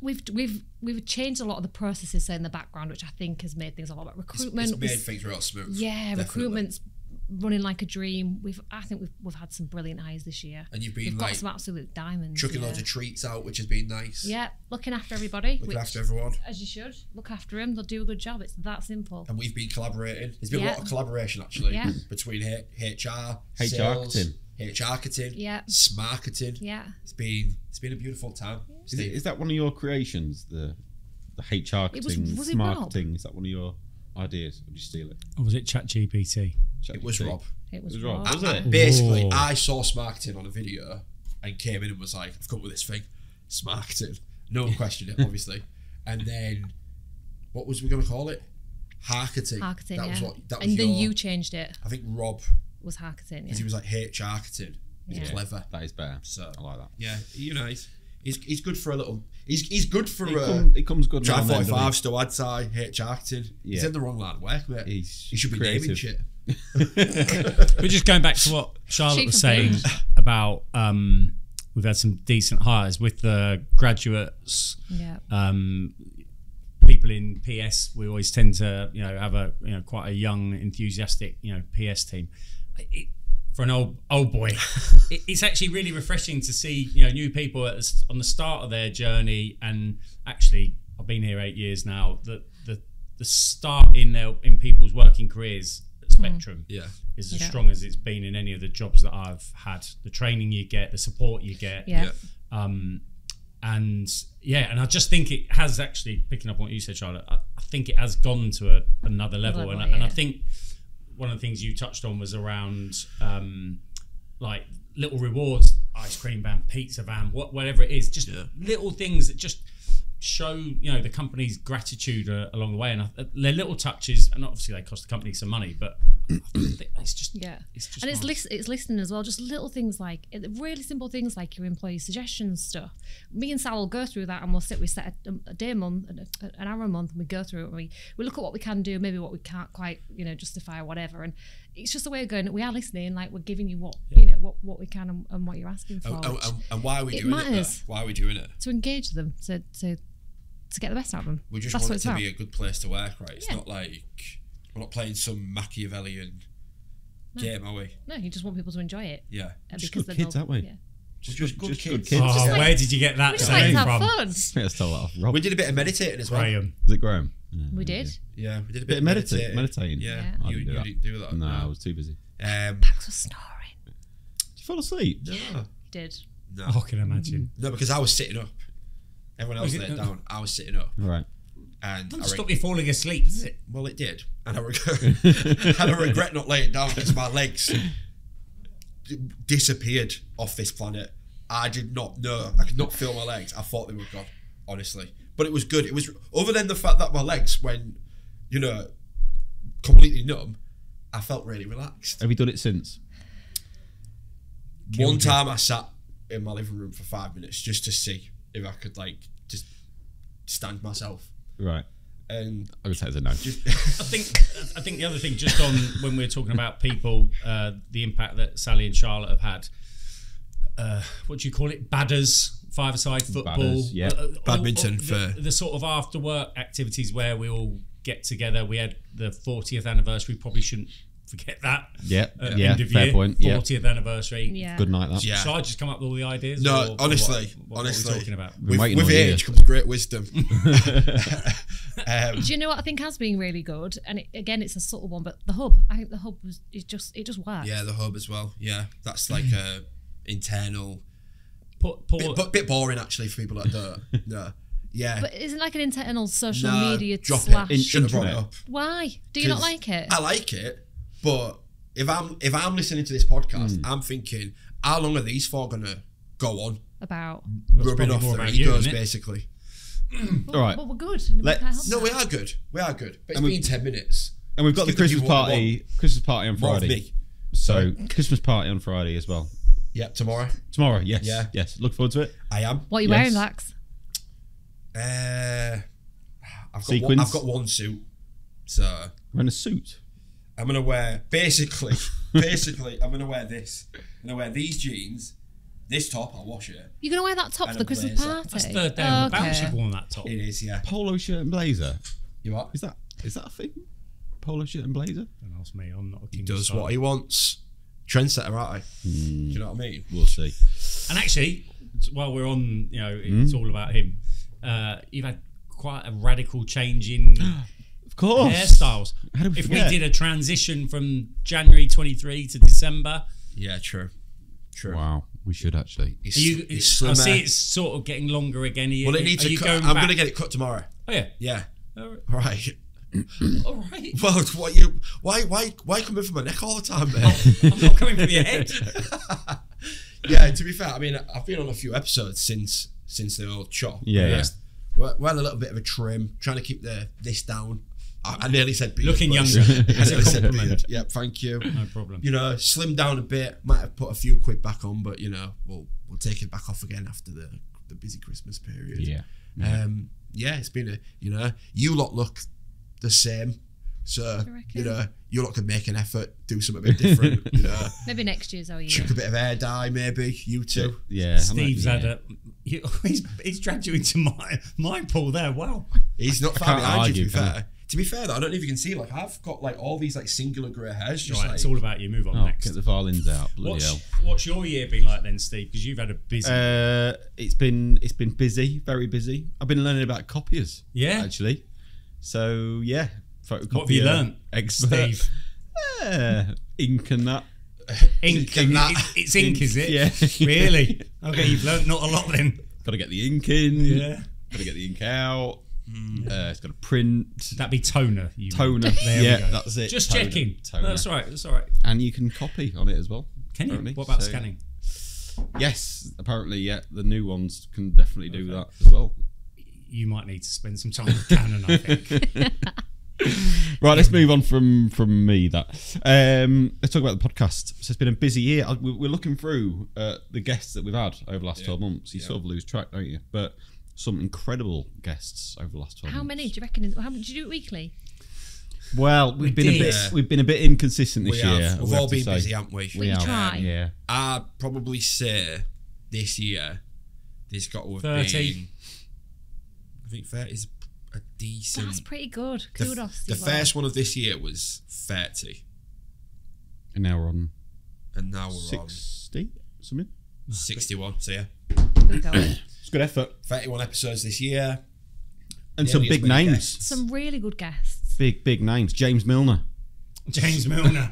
[SPEAKER 5] we've we've we've changed a lot of the processes in the background, which I think has made things a lot. But recruitment,
[SPEAKER 4] it's made
[SPEAKER 5] was-
[SPEAKER 4] things real smooth.
[SPEAKER 5] yeah,
[SPEAKER 4] definitely.
[SPEAKER 5] recruitment's running like a dream. We've I think we've we've had some brilliant hires this year.
[SPEAKER 4] And you've been
[SPEAKER 5] We've
[SPEAKER 4] like
[SPEAKER 5] got some absolute diamonds.
[SPEAKER 4] chucking
[SPEAKER 5] yeah.
[SPEAKER 4] loads of treats out, which has been nice.
[SPEAKER 5] yeah, looking after everybody,
[SPEAKER 4] looking
[SPEAKER 5] which,
[SPEAKER 4] after everyone,
[SPEAKER 5] as you should. Look after them; they'll do a good job. It's that simple.
[SPEAKER 4] and we've been collaborating. There's been a
[SPEAKER 5] Yeah.
[SPEAKER 4] lot of collaboration actually
[SPEAKER 5] Yeah.
[SPEAKER 4] between H- HR,
[SPEAKER 2] HR
[SPEAKER 4] sales,
[SPEAKER 2] marketing.
[SPEAKER 4] HR marketing,
[SPEAKER 5] Yeah.
[SPEAKER 4] smarketing.
[SPEAKER 5] Yeah,
[SPEAKER 4] It's been it's been a beautiful time.
[SPEAKER 2] Is, it,
[SPEAKER 4] Steve.
[SPEAKER 2] is that one of your creations? The the HR
[SPEAKER 5] It was
[SPEAKER 2] thing,
[SPEAKER 5] really
[SPEAKER 2] marketing. Is that one of your ideas? Or did you steal it?
[SPEAKER 3] Or was it ChatGPT?
[SPEAKER 2] Check
[SPEAKER 4] It was
[SPEAKER 2] your
[SPEAKER 4] Rob.
[SPEAKER 5] it was.
[SPEAKER 2] It was wrong.
[SPEAKER 5] raw.
[SPEAKER 2] Was it?
[SPEAKER 4] Basically,
[SPEAKER 3] Whoa.
[SPEAKER 4] I saw smarketing on a video and came in and was like, I've come up with this thing. Smarketing. No one questioned it, obviously. And then what was we gonna call it? Harketing.
[SPEAKER 5] Marketing,
[SPEAKER 4] That
[SPEAKER 5] yeah.
[SPEAKER 4] was what that was
[SPEAKER 5] and then
[SPEAKER 4] your-
[SPEAKER 5] you changed it.
[SPEAKER 4] I think Rob,
[SPEAKER 5] Was marketing.
[SPEAKER 4] because
[SPEAKER 5] Yeah.
[SPEAKER 4] he was like H marketing. He's
[SPEAKER 5] Yeah.
[SPEAKER 4] clever.
[SPEAKER 2] That is better.
[SPEAKER 4] So
[SPEAKER 2] I like that.
[SPEAKER 4] yeah, you know he's he's, he's good for a little he's he's good for
[SPEAKER 2] It,
[SPEAKER 4] uh,
[SPEAKER 2] come, it comes good. round
[SPEAKER 4] Drive
[SPEAKER 2] then,
[SPEAKER 4] forty
[SPEAKER 2] doesn't
[SPEAKER 4] five, still Adsai, H marketing. He's
[SPEAKER 2] Yeah.
[SPEAKER 4] in the wrong line of work, mate.
[SPEAKER 2] it?
[SPEAKER 4] He,
[SPEAKER 2] He's
[SPEAKER 4] should be naming
[SPEAKER 2] creative.
[SPEAKER 4] shit.
[SPEAKER 3] We're just going back to what Charlotte
[SPEAKER 5] Chief
[SPEAKER 3] was
[SPEAKER 5] of
[SPEAKER 3] saying about um, we've had some decent hires with the graduates,
[SPEAKER 5] yeah.
[SPEAKER 2] Uh,
[SPEAKER 3] um, people in PS. We always tend to you know have a you know quite a young, enthusiastic you know PS team. It, for an old old boy, it, it's actually really refreshing to see you know new people at, the s- on the start of their journey. And actually, I've been here eight years now. The the the start in their in people's working careers at spectrum
[SPEAKER 4] Yeah.
[SPEAKER 3] is as
[SPEAKER 5] Yeah.
[SPEAKER 3] strong as it's been in any of the jobs that I've had. The training you get, the support you get,
[SPEAKER 5] Yeah.
[SPEAKER 4] Yeah.
[SPEAKER 3] um, and yeah, and I just think it has actually picking up on what you said, Charlotte. I, I think it has gone to a, another level,
[SPEAKER 5] Level,
[SPEAKER 3] and, I, and I
[SPEAKER 5] yeah.
[SPEAKER 3] think one of the things you touched on was around um, like little rewards, ice cream van, pizza van, what, whatever it is, just little things that just show you know the company's gratitude uh, along the way, and I, they're little touches, and obviously they cost the company some money, but it's just
[SPEAKER 5] Yeah.
[SPEAKER 3] it's just
[SPEAKER 5] and it's
[SPEAKER 3] hard.
[SPEAKER 5] lis- it's listening as well. Just little things like really simple things like your employee suggestions stuff. Me and Sal will go through that, and we'll sit. We set a, a day a month, and a- an hour a month, and we go through it. And we we look at what we can do, maybe what we can't quite, you know, justify or whatever. And it's just a way of going. We are listening, like we're giving you what you know, what what we can and, and what you're asking for
[SPEAKER 2] Oh,
[SPEAKER 4] And, and,
[SPEAKER 5] which-
[SPEAKER 4] and- and why are we
[SPEAKER 5] It
[SPEAKER 4] doing it? though?
[SPEAKER 5] matters.
[SPEAKER 4] Why are we doing it?
[SPEAKER 5] to engage them, to to to get the best out of them.
[SPEAKER 4] We just
[SPEAKER 5] That's
[SPEAKER 4] want
[SPEAKER 5] what
[SPEAKER 4] it
[SPEAKER 5] it's
[SPEAKER 4] to
[SPEAKER 5] about.
[SPEAKER 4] be a good place to work, right? It's
[SPEAKER 5] Yeah.
[SPEAKER 4] not like we're not playing some Machiavellian game, are we?
[SPEAKER 5] no, you just want people to enjoy it.
[SPEAKER 4] Yeah.
[SPEAKER 5] uh,
[SPEAKER 2] Just
[SPEAKER 5] because
[SPEAKER 2] good
[SPEAKER 5] then
[SPEAKER 2] kids,
[SPEAKER 5] they'll-
[SPEAKER 2] aren't we?
[SPEAKER 5] Yeah.
[SPEAKER 4] Just, just good
[SPEAKER 2] just
[SPEAKER 4] kids.
[SPEAKER 2] good kids.
[SPEAKER 3] oh,
[SPEAKER 5] like-
[SPEAKER 3] where did you get that
[SPEAKER 5] We just like
[SPEAKER 3] saying
[SPEAKER 5] to have
[SPEAKER 3] from?
[SPEAKER 5] fun.
[SPEAKER 2] That's a lot of Rob.
[SPEAKER 4] We did a bit of meditating as well.
[SPEAKER 3] Graham.
[SPEAKER 2] Is it Graham?
[SPEAKER 5] We did.
[SPEAKER 4] Yeah, we did a
[SPEAKER 2] Bit
[SPEAKER 4] bit,
[SPEAKER 2] of meditating. Meditating.
[SPEAKER 4] Yeah,
[SPEAKER 5] Yeah.
[SPEAKER 2] I
[SPEAKER 4] you,
[SPEAKER 2] didn't do
[SPEAKER 4] you
[SPEAKER 2] that.
[SPEAKER 4] didn't do that.
[SPEAKER 2] No, I was too busy.
[SPEAKER 4] Um,
[SPEAKER 5] Max was snoring.
[SPEAKER 2] Did you fall asleep?
[SPEAKER 4] no,
[SPEAKER 5] He did.
[SPEAKER 4] no,
[SPEAKER 3] Oh, I can imagine.
[SPEAKER 4] no, because I was sitting up. Everyone else
[SPEAKER 3] Was it-
[SPEAKER 4] laid down. I was sitting up,
[SPEAKER 2] Right.
[SPEAKER 4] and I
[SPEAKER 3] Doesn't
[SPEAKER 4] re-
[SPEAKER 3] stop you falling asleep, does it?
[SPEAKER 4] well, it did, and I, reg- and I regret not laying down because my legs d- disappeared off this planet. I did not know. I could not feel my legs. I thought they were gone, honestly. But it was good. It was other than the fact that my legs, when you know, completely numb, I felt really relaxed.
[SPEAKER 2] Have you done it since?
[SPEAKER 4] One time I sat in my living room for five minutes just to see if I could like just stand myself.
[SPEAKER 2] Right.
[SPEAKER 4] And
[SPEAKER 2] I'm gonna say it's a no.
[SPEAKER 3] I think I think the other thing, just on when we are talking about people, uh, the impact that Sally and Charlotte have had. Uh, what do you call it? Badders, five-a-side football,
[SPEAKER 2] Badders, yeah.
[SPEAKER 3] uh, all-
[SPEAKER 4] Badminton
[SPEAKER 3] all the,
[SPEAKER 4] for-
[SPEAKER 3] the sort of after-work activities where we all get together. We had the 40th anniversary. Probably shouldn't forget that.
[SPEAKER 2] Yeah,
[SPEAKER 3] Uh,
[SPEAKER 2] yeah,
[SPEAKER 3] end of
[SPEAKER 2] fair
[SPEAKER 3] year,
[SPEAKER 2] point, yeah.
[SPEAKER 3] 40th anniversary.
[SPEAKER 5] Yeah.
[SPEAKER 2] Good night. That.
[SPEAKER 4] Yeah.
[SPEAKER 3] Should I just come up with all the ideas?
[SPEAKER 4] No,
[SPEAKER 3] or what-
[SPEAKER 4] honestly,
[SPEAKER 3] what- what are we
[SPEAKER 4] honestly.
[SPEAKER 3] talking about?
[SPEAKER 4] with,
[SPEAKER 2] waiting
[SPEAKER 4] with
[SPEAKER 2] all year.
[SPEAKER 4] age comes great wisdom. um,
[SPEAKER 5] Do you know what I think has been really good? And it, again, it's a subtle one, but the hub. I think the hub was it just it just worked.
[SPEAKER 4] yeah, the hub as well. Yeah, that's like a internal,
[SPEAKER 3] Paul, Paul,
[SPEAKER 4] bit, but bit boring actually for people that don't. No, yeah,
[SPEAKER 5] But isn't it like an internal social
[SPEAKER 4] Nah,
[SPEAKER 5] media
[SPEAKER 4] drop
[SPEAKER 5] slash?
[SPEAKER 4] it. Should have brought it
[SPEAKER 2] Internet.
[SPEAKER 4] up.
[SPEAKER 5] Why do you not
[SPEAKER 4] 'Cause
[SPEAKER 5] like it?
[SPEAKER 4] I like it, but if I'm if I'm listening to this podcast,
[SPEAKER 3] Hmm.
[SPEAKER 4] I'm thinking, how long are these four gonna go on
[SPEAKER 5] About
[SPEAKER 4] rubbing
[SPEAKER 3] probably
[SPEAKER 4] off
[SPEAKER 3] more
[SPEAKER 4] their
[SPEAKER 3] about you,
[SPEAKER 4] egos
[SPEAKER 3] isn't it?
[SPEAKER 4] basically?
[SPEAKER 2] All right.
[SPEAKER 5] Well, we're good. and we
[SPEAKER 2] Let-
[SPEAKER 5] can't help
[SPEAKER 4] No, we
[SPEAKER 5] that.
[SPEAKER 4] are good. We are good. But it's
[SPEAKER 2] And we-
[SPEAKER 4] been ten minutes.
[SPEAKER 2] And we've got the
[SPEAKER 4] Just give
[SPEAKER 2] Christmas
[SPEAKER 4] you what you
[SPEAKER 2] party. Christmas party on
[SPEAKER 4] More of
[SPEAKER 2] Friday.
[SPEAKER 4] me.
[SPEAKER 2] So Christmas party on Friday as well.
[SPEAKER 4] Yep, tomorrow.
[SPEAKER 2] Tomorrow. Yes.
[SPEAKER 4] Yeah.
[SPEAKER 2] Yes. Look forward to it.
[SPEAKER 4] I am.
[SPEAKER 5] What are you
[SPEAKER 2] Yes.
[SPEAKER 5] wearing, Max?
[SPEAKER 4] Uh, I've got one,
[SPEAKER 2] Sequins?
[SPEAKER 4] I've got one suit, so
[SPEAKER 2] We're in a suit.
[SPEAKER 4] I'm gonna wear basically, basically I'm gonna wear this. I'm gonna wear these jeans, this top. I'll wash it.
[SPEAKER 5] You're gonna wear that top
[SPEAKER 4] And
[SPEAKER 5] for
[SPEAKER 4] a
[SPEAKER 5] the Christmas
[SPEAKER 4] blazer.
[SPEAKER 5] party?
[SPEAKER 3] that's third day on the bounce
[SPEAKER 5] Okay.
[SPEAKER 3] you've worn that top.
[SPEAKER 4] It is, yeah.
[SPEAKER 2] Polo shirt and blazer.
[SPEAKER 4] You what?
[SPEAKER 2] Is that is that a thing? Polo shirt and blazer.
[SPEAKER 3] Don't ask me. I'm not a king. of
[SPEAKER 4] Does
[SPEAKER 3] style.
[SPEAKER 4] what he wants. Trendsetter, aren't I? Do you know what I mean?
[SPEAKER 2] We'll see.
[SPEAKER 3] And actually, while we're on, you know, it's
[SPEAKER 4] Mm.
[SPEAKER 3] all about him. Uh, you've had quite a radical change in
[SPEAKER 2] Of course.
[SPEAKER 3] hairstyles.
[SPEAKER 2] How did we
[SPEAKER 3] if
[SPEAKER 2] forget?
[SPEAKER 3] we did a transition from January 23 to December,
[SPEAKER 4] Yeah, true. True.
[SPEAKER 2] Wow. We should actually.
[SPEAKER 4] He's,
[SPEAKER 3] are you,
[SPEAKER 4] he's slimmer.
[SPEAKER 3] I see it's sort of getting longer again. Are you,
[SPEAKER 4] Well, it needs
[SPEAKER 3] are
[SPEAKER 4] to
[SPEAKER 3] you
[SPEAKER 4] cut.
[SPEAKER 3] going
[SPEAKER 4] I'm
[SPEAKER 3] back?
[SPEAKER 4] gonna get it cut tomorrow.
[SPEAKER 3] Oh yeah.
[SPEAKER 4] Yeah.
[SPEAKER 3] All right.
[SPEAKER 4] All right.
[SPEAKER 3] All right.
[SPEAKER 4] Well, what you? Why? Why? Why come in for my neck all the time, man?
[SPEAKER 3] I'm not coming from your head.
[SPEAKER 4] yeah. To be fair, I mean, I've been on a few episodes since since the old chop.
[SPEAKER 2] Yeah, yeah.
[SPEAKER 4] We're, we're on a little bit of a trim, trying to keep the this down. I, I nearly said beard.
[SPEAKER 3] Looking
[SPEAKER 4] but-
[SPEAKER 3] younger.
[SPEAKER 4] I
[SPEAKER 3] It's a
[SPEAKER 4] nearly said
[SPEAKER 3] compliment.
[SPEAKER 4] beard. Yeah. Thank you.
[SPEAKER 3] No problem.
[SPEAKER 4] You know, slim down a bit. Might have put a few quid back on, but you know, we'll we'll take it back off again after the the busy Christmas period.
[SPEAKER 2] Yeah.
[SPEAKER 4] Um, yeah, it's been a you know you lot look the same, so
[SPEAKER 5] you reckon?
[SPEAKER 4] you know you lot could make an effort, do something a bit different. you know,
[SPEAKER 5] Maybe next year's our year.
[SPEAKER 4] chuck a bit of hair dye maybe. You two.
[SPEAKER 2] Yeah.
[SPEAKER 3] Steve's
[SPEAKER 2] had
[SPEAKER 3] had a. You, he's, he's dragged you into my my pool there. Wow.
[SPEAKER 4] He's not
[SPEAKER 2] can't
[SPEAKER 4] far behind you. To be
[SPEAKER 2] argue, can I?
[SPEAKER 4] fair, to be fair though, I don't know if you can see. Like I've got like all these like singular grey hairs. Just
[SPEAKER 3] Right.
[SPEAKER 4] like,
[SPEAKER 3] It's all about you. Move on
[SPEAKER 2] Oh,
[SPEAKER 3] next.
[SPEAKER 2] get the violins out. Bloody hell.
[SPEAKER 3] What's, what's your year been like then, Steve? Because you've had a busy.
[SPEAKER 2] Uh, it's been it's been busy, very busy. I've been learning about copiers.
[SPEAKER 3] Yeah?
[SPEAKER 2] actually. So yeah, photocopier.
[SPEAKER 3] What have you learnt,
[SPEAKER 2] expert.
[SPEAKER 3] Steve,
[SPEAKER 2] Yeah, ink and that.
[SPEAKER 3] ink.
[SPEAKER 4] Can that-
[SPEAKER 3] It's, it's ink, is it?
[SPEAKER 2] Yeah.
[SPEAKER 3] really? Okay, you've learnt not a lot then.
[SPEAKER 2] Got to get the ink in.
[SPEAKER 3] Yeah.
[SPEAKER 2] Got to get the ink out. Uh, it's got to print.
[SPEAKER 3] That'd be toner. You
[SPEAKER 2] Toner.
[SPEAKER 3] There we
[SPEAKER 2] yeah,
[SPEAKER 3] go.
[SPEAKER 2] that's it.
[SPEAKER 3] Just
[SPEAKER 2] Toner,
[SPEAKER 3] checking.
[SPEAKER 2] Toner.
[SPEAKER 3] That's all right. That's all right.
[SPEAKER 2] And you can copy on it as well.
[SPEAKER 3] Can you?
[SPEAKER 2] apparently.
[SPEAKER 3] What about
[SPEAKER 2] So-
[SPEAKER 3] scanning?
[SPEAKER 2] Yes, apparently, yeah. The new ones can definitely do that as well.
[SPEAKER 3] You might need to spend some time with Canon. I think.
[SPEAKER 2] Right, let's move on from from me. That um, let's talk about the podcast. So it's been a busy year. I- we- We're looking through uh, the guests that we've had over the last twelve months. You sort of lose track, don't you? But some incredible guests over the last twelve.
[SPEAKER 5] How
[SPEAKER 2] months.
[SPEAKER 5] many do you reckon? How many, do you do it weekly?
[SPEAKER 2] Well, we've been a
[SPEAKER 3] did.
[SPEAKER 2] bit we've been a bit inconsistent
[SPEAKER 4] We
[SPEAKER 2] this year.
[SPEAKER 4] have.
[SPEAKER 2] we
[SPEAKER 4] We've
[SPEAKER 2] have
[SPEAKER 4] all
[SPEAKER 2] to
[SPEAKER 4] been
[SPEAKER 2] say.
[SPEAKER 4] busy, haven't we?
[SPEAKER 5] We
[SPEAKER 2] have,
[SPEAKER 5] try.
[SPEAKER 2] Yeah.
[SPEAKER 4] I'd probably say this year there's got to have
[SPEAKER 3] 30.
[SPEAKER 4] been. I think 30 is a decent.
[SPEAKER 5] That's pretty good.
[SPEAKER 4] the,
[SPEAKER 5] Kudos.
[SPEAKER 4] the
[SPEAKER 5] to you lot.
[SPEAKER 4] first one of this year was 30,
[SPEAKER 2] And now we're on
[SPEAKER 4] and now we're
[SPEAKER 2] sixty something.
[SPEAKER 4] on 61. So yeah,
[SPEAKER 5] Good going.
[SPEAKER 2] It's good effort
[SPEAKER 4] 31 episodes this year.
[SPEAKER 2] and
[SPEAKER 4] Yeah,
[SPEAKER 2] some
[SPEAKER 4] we just
[SPEAKER 2] big
[SPEAKER 4] made
[SPEAKER 2] names.
[SPEAKER 4] guests.
[SPEAKER 5] Some really good guests.
[SPEAKER 2] Big big names. James Milner.
[SPEAKER 3] James Milner,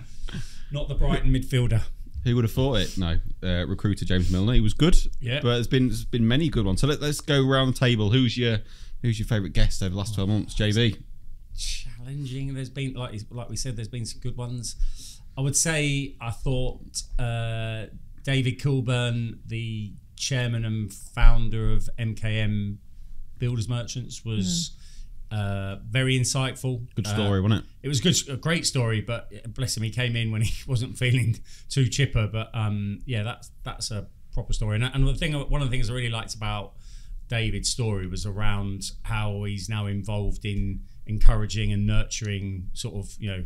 [SPEAKER 3] not the Brighton midfielder.
[SPEAKER 2] Who would have thought it? No, uh, recruiter James Milner. He was good.
[SPEAKER 3] Yeah.
[SPEAKER 2] but there's been there's been many good ones. So let, let's go round the table. Who's your who's your favourite guest over the last twelve months? JV.
[SPEAKER 3] challenging. There's been like like we said, there's been some good ones. I would say I thought uh, David Coolburn, the chairman and founder of MKM Builders Merchants, was uh, very insightful.
[SPEAKER 2] Hmm. Good
[SPEAKER 3] Uh,
[SPEAKER 2] story, wasn't it?
[SPEAKER 3] it was good, a great story, but bless him, he came in when he wasn't feeling too chipper. But um, yeah, that's that's a proper story. And, and the thing, one of the things I really liked about David's story was around how he's now involved in encouraging and nurturing sort of you know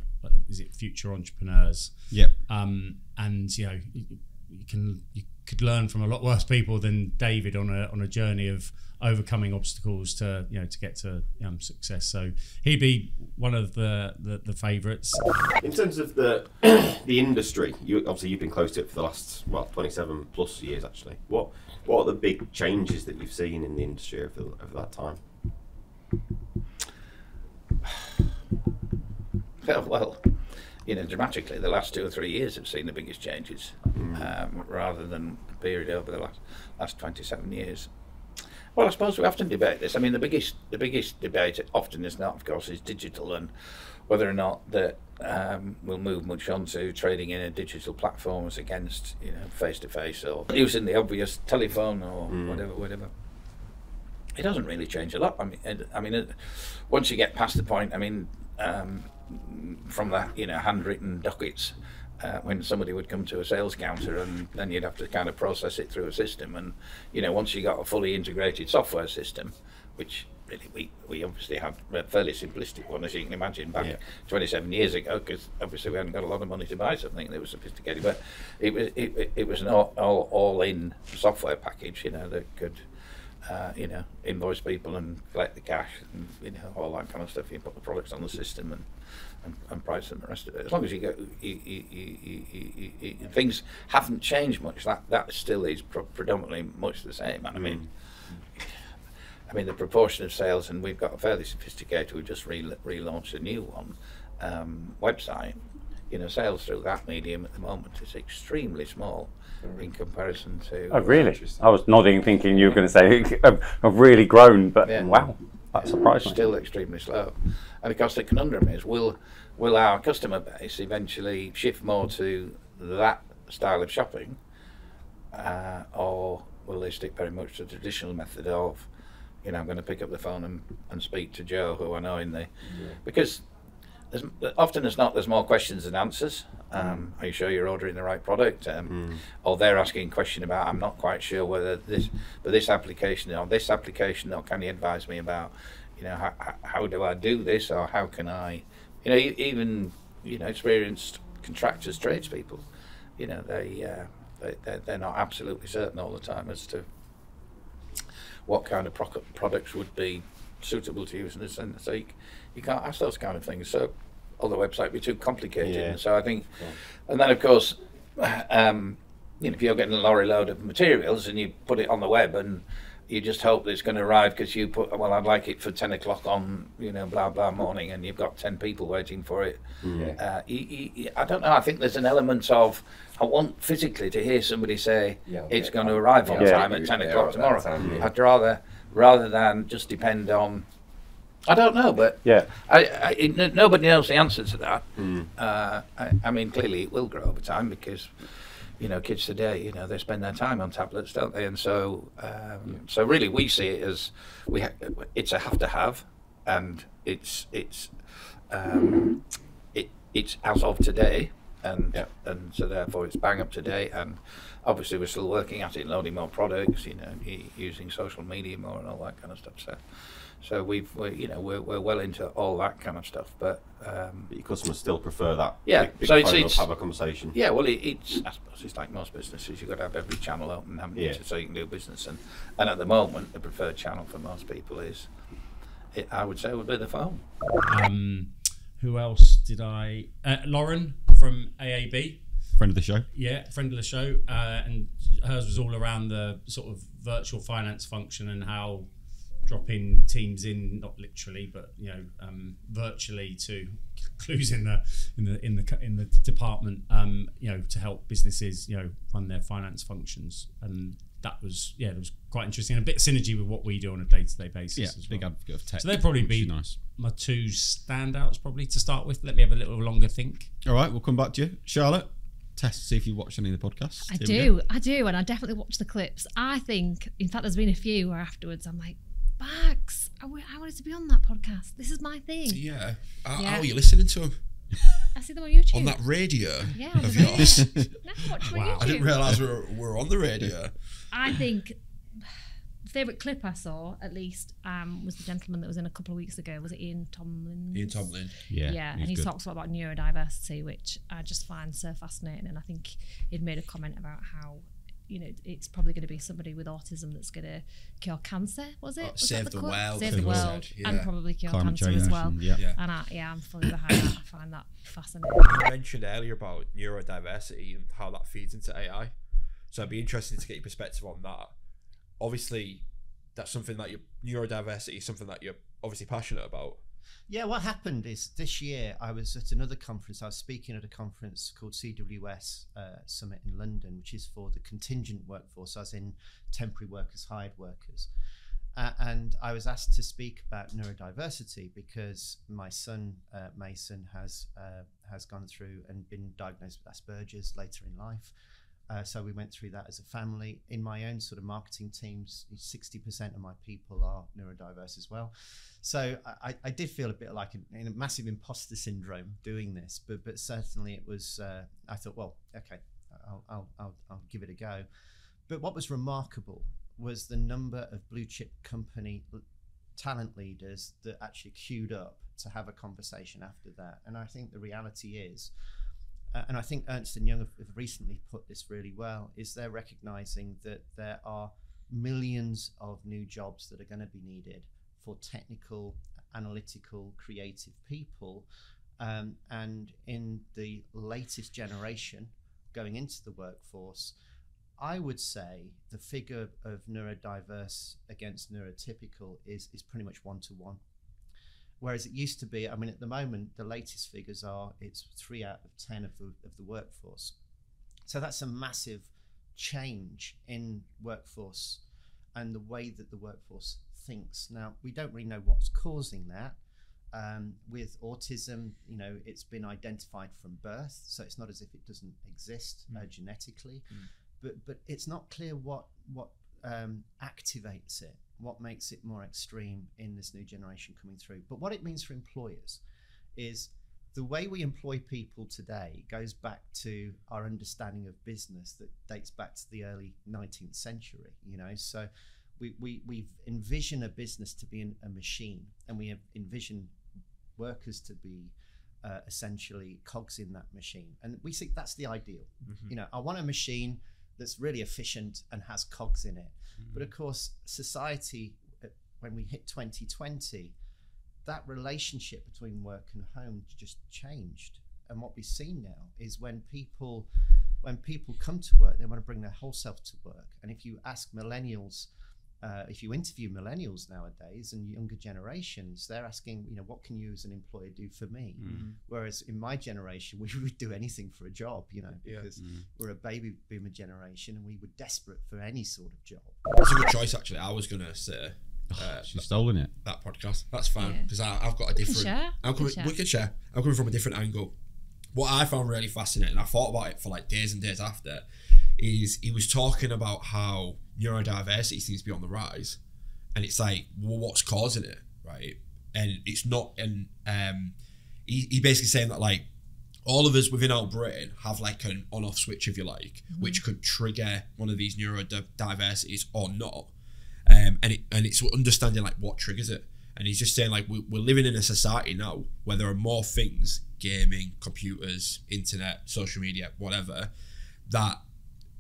[SPEAKER 3] is it future entrepreneurs
[SPEAKER 2] Yep.
[SPEAKER 3] um, and you know you, you can you could learn from a lot worse people than David on a on a journey of overcoming obstacles to you know to get to um, success. So he'd be one of the the, the favourites.
[SPEAKER 7] In terms of the the industry, you obviously you've been close to it for the last well twenty seven plus years actually. What what are the big changes that you've seen in the industry over, over that time?
[SPEAKER 8] Well, well, you know, dramatically, the last two or three years have seen the biggest changes, um, rather than the period over the last last twenty-seven years. Well, I suppose we often debate this. I mean, the biggest the biggest debate often is not, of course, is digital and whether or not that um, we'll move much onto trading in a digital platform as against you know face to face or using the obvious telephone or whatever, whatever it doesn't really change a lot. I mean, it, I mean, it, once you get past the point, I mean, um, from the you know handwritten dockets, uh, when somebody would come to a sales counter, and then you'd have to kind of process it through a system, and you know, once you got a fully integrated software system, which really we we obviously had a fairly simplistic one, as you can imagine, back 27 years ago, because obviously we hadn't got a lot of money to buy something that was sophisticated, but it was it, it was an all, all all in software package, you know, that could uh, you know, invoice people and collect the cash and you know all that kind of stuff. You put the products on the system and and, and price them and the rest of it. As long as you go, you, you, you, you, you- you, you, things haven't changed much. That that still is pr- predominantly much the same. And I mean. I mean, the proportion of sales, and we've got a fairly sophisticated, we've just re- relaunched a new one um, website. You know, sales through that medium at the moment is extremely small in comparison to. uh,
[SPEAKER 9] Oh, really? I was nodding, thinking you were going to say, "I've I've really grown," but
[SPEAKER 8] Yeah.
[SPEAKER 9] wow, that surprised me.
[SPEAKER 8] still extremely slow. And of course, the conundrum is: will will our customer base eventually shift more to that style of shopping, uh, or will they stick very much to the traditional method of, you know, I'm going to pick up the phone and, and speak to Joe, who I know in the, because. There's, often as not, there's more questions than answers. Um, Are you sure you're ordering the right product? Um, Or they're asking a question about, I'm not quite sure whether this, but this application or this application, or can you advise me about, you know, how, how do I do this or how can I, you know, e- even, you know, experienced contractors, tradespeople, you know, they, uh, they they're, they're not absolutely certain all the time as to what kind of proc- products would be suitable to use in this and so you, you can't ask those kind of things so or the website would be too complicated and so i think and then of course um you know if you're getting a lorry load of materials and you put it on the web and you just hope that it's going to arrive because you put well i'd like it for 10 o'clock on you know blah blah morning and you've got 10 people waiting for it
[SPEAKER 7] Mm.
[SPEAKER 8] uh, y- y- y- i don't know i think there's an element of i want physically to hear somebody say it's going to arrive on
[SPEAKER 9] Yeah.
[SPEAKER 8] time at 10
[SPEAKER 7] Yeah,
[SPEAKER 8] o'clock
[SPEAKER 7] at that
[SPEAKER 8] tomorrow
[SPEAKER 7] time, yeah.
[SPEAKER 8] I'd rather rather than just depend on. I don't know, but
[SPEAKER 9] Yeah.
[SPEAKER 8] I, I, it- n- nobody knows the answer to that. Uh, I, I mean, clearly it will grow over time because you know kids today, you know, they spend their time on tablets, don't they? And so, um, so really, we see it as we ha- it's a have to have, and it's it's um, it, it's as of today, and
[SPEAKER 7] Yeah.
[SPEAKER 8] and so therefore it's bang up to date. And obviously we're still working at it, loading more products, you know, u- using social media more and all that kind of stuff. So, so we've we're, you know we're, we're well into all that kind of stuff. But um,
[SPEAKER 7] But your customers still prefer that.
[SPEAKER 8] Yeah,
[SPEAKER 7] Pick, pick
[SPEAKER 8] so
[SPEAKER 7] the
[SPEAKER 8] it's-
[SPEAKER 7] phone
[SPEAKER 8] it's-
[SPEAKER 7] up, have a conversation.
[SPEAKER 8] yeah, well, it, it's I suppose it's like most businesses. You've got to have every channel open, haven't you,
[SPEAKER 7] Yeah.
[SPEAKER 8] to- so you can do business. And and at the moment, the preferred channel for most people is, it, I would say, would be the phone.
[SPEAKER 3] Um, who else did I? Uh, Lauren from AAB.
[SPEAKER 2] Friend of the show.
[SPEAKER 3] Yeah, friend of the show, uh, and hers was all around the sort of virtual finance function and how dropping teams in, not literally, but you know, um, virtually to clues in the in the in the co- in the department, um, you know, to help businesses, you know, run their finance functions, and that was yeah, that was quite interesting, and a bit of synergy with what we do on a day to day basis.
[SPEAKER 2] Yeah,
[SPEAKER 3] as
[SPEAKER 2] big
[SPEAKER 3] well.
[SPEAKER 2] advocate of tech.
[SPEAKER 3] So they'd probably
[SPEAKER 2] which
[SPEAKER 3] be-
[SPEAKER 2] is nice.
[SPEAKER 3] My two standouts probably to start with. Let me have a little longer think.
[SPEAKER 2] All right, we'll come back to you, Charlotte. Test see if you watched any of the podcasts.
[SPEAKER 5] I
[SPEAKER 2] Here
[SPEAKER 5] do,
[SPEAKER 2] we
[SPEAKER 5] I do, and I definitely watch the clips. I think, in fact, there's been a few where afterwards I'm like, Bax, I wa- I wanted to be on that podcast. This is my thing.
[SPEAKER 4] Yeah. How,
[SPEAKER 5] Yeah.
[SPEAKER 4] how are you listening to him?
[SPEAKER 5] I see them on YouTube.
[SPEAKER 4] On that radio
[SPEAKER 5] yeah, on
[SPEAKER 4] of
[SPEAKER 5] the radio.
[SPEAKER 4] yours?
[SPEAKER 5] No, I watch them
[SPEAKER 3] Wow.
[SPEAKER 5] on
[SPEAKER 4] I didn't
[SPEAKER 5] YouTube.
[SPEAKER 4] realise we were, we were on the radio.
[SPEAKER 5] I think the favourite clip I saw, at least, um, was the gentleman that was in a couple of weeks ago. Was it Ian Tomlin?
[SPEAKER 4] Ian Tomlin.
[SPEAKER 2] Yeah,
[SPEAKER 5] and he
[SPEAKER 2] good.
[SPEAKER 5] talks a lot about neurodiversity, which I just find so fascinating. And I think he'd made a comment about how, you know, it's probably going to be somebody with autism that's going to cure cancer. Was it? Was that
[SPEAKER 4] Save the
[SPEAKER 5] quote?
[SPEAKER 4] world,
[SPEAKER 5] Save
[SPEAKER 4] I
[SPEAKER 5] the
[SPEAKER 4] think it was
[SPEAKER 5] world,
[SPEAKER 4] said,
[SPEAKER 5] and
[SPEAKER 4] yeah.
[SPEAKER 5] probably cure
[SPEAKER 2] Climate
[SPEAKER 5] cancer
[SPEAKER 2] change.
[SPEAKER 5] as well.
[SPEAKER 2] and- Yeah.
[SPEAKER 4] Yeah.
[SPEAKER 5] And I, yeah, I'm fully behind that. I find that fascinating.
[SPEAKER 10] you mentioned earlier about neurodiversity and how that feeds into AI. So it'd be interesting to get your perspective on that. Obviously, that's something that your neurodiversity is something that you're obviously passionate about.
[SPEAKER 11] Yeah, what happened is this year I was at another conference. I was speaking at a conference called CWS uh, Summit in London, which is for the contingent workforce, as in temporary workers, hired workers. Uh, and I was asked to speak about neurodiversity because my son uh, Mason has uh, has gone through and been diagnosed with Asperger's later in life. Uh, so we went through that as a family. In my own sort of marketing teams, 60% of my people are neurodiverse as well. So I, I- I did feel a bit like an, in a massive imposter syndrome doing this, but but certainly it was. Uh, I thought, well, okay, I'll, I'll, I'll, I'll give it a go. But what was remarkable was the number of blue chip company l- talent leaders that actually queued up to have a conversation after that. And I think the reality is, uh, and I think Ernst and Young have, have recently put this really well, is they're recognizing that there are millions of new jobs that are going to be needed for technical, analytical, creative people. Um, and in the latest generation going into the workforce, I would say the figure of neurodiverse against neurotypical is, is pretty much one to one. Whereas it used to be, I mean, at the moment, the latest figures are it's three out of 10 of the, of the workforce. So that's a massive change in workforce and the way that the workforce thinks. Now, we don't really know what's causing that. Um, with autism, you know, it's been identified from birth, so it's not as if it doesn't exist uh, genetically, but but it's not clear what what um, activates it, what makes it more extreme in this new generation coming through. But what it means for employers is the way we employ people today goes back to our understanding of business that dates back to the early 19th century you know so we, we, we envision a business to be an, a machine and we envision workers to be uh, essentially cogs in that machine and we think that's the ideal you know i want a machine that's really efficient and has cogs in it but of course society uh, when we hit 2020 that relationship between work and home just changed. And what we've seen now is when people when people come to work, they want to bring their whole self to work. And if you ask millennials, uh, if you interview millennials nowadays and younger generations, they're asking, you know, what can you as an employer do for me? Whereas in my generation, we would do anything for a job, you know,
[SPEAKER 10] Yeah.
[SPEAKER 11] because we're a baby boomer generation and we were desperate for any sort of job.
[SPEAKER 4] It's a good choice, actually. I was going to say uh,
[SPEAKER 2] She's stolen it.
[SPEAKER 4] that podcast. That's fine
[SPEAKER 5] Yeah.
[SPEAKER 4] because I've got a different.
[SPEAKER 5] share.
[SPEAKER 4] I'm
[SPEAKER 5] We
[SPEAKER 4] coming.
[SPEAKER 5] can
[SPEAKER 4] We can share. I'm coming from a different angle. What I found really fascinating, I thought about it for like days and days after, is he was talking about how neurodiversity seems to be on the rise, and it's like, well, what's causing it, right? And it's not an um, he, he basically saying that like all of us within our brain have like an on-off switch, if you like,
[SPEAKER 12] Mhm.
[SPEAKER 4] which
[SPEAKER 5] Mm-hmm.
[SPEAKER 4] could trigger one of these neurodiversities or not. Um, and it, and it's understanding like what triggers it. And he's just saying like we, we're living in a society now where there are more things, gaming, computers, internet, social media, whatever, that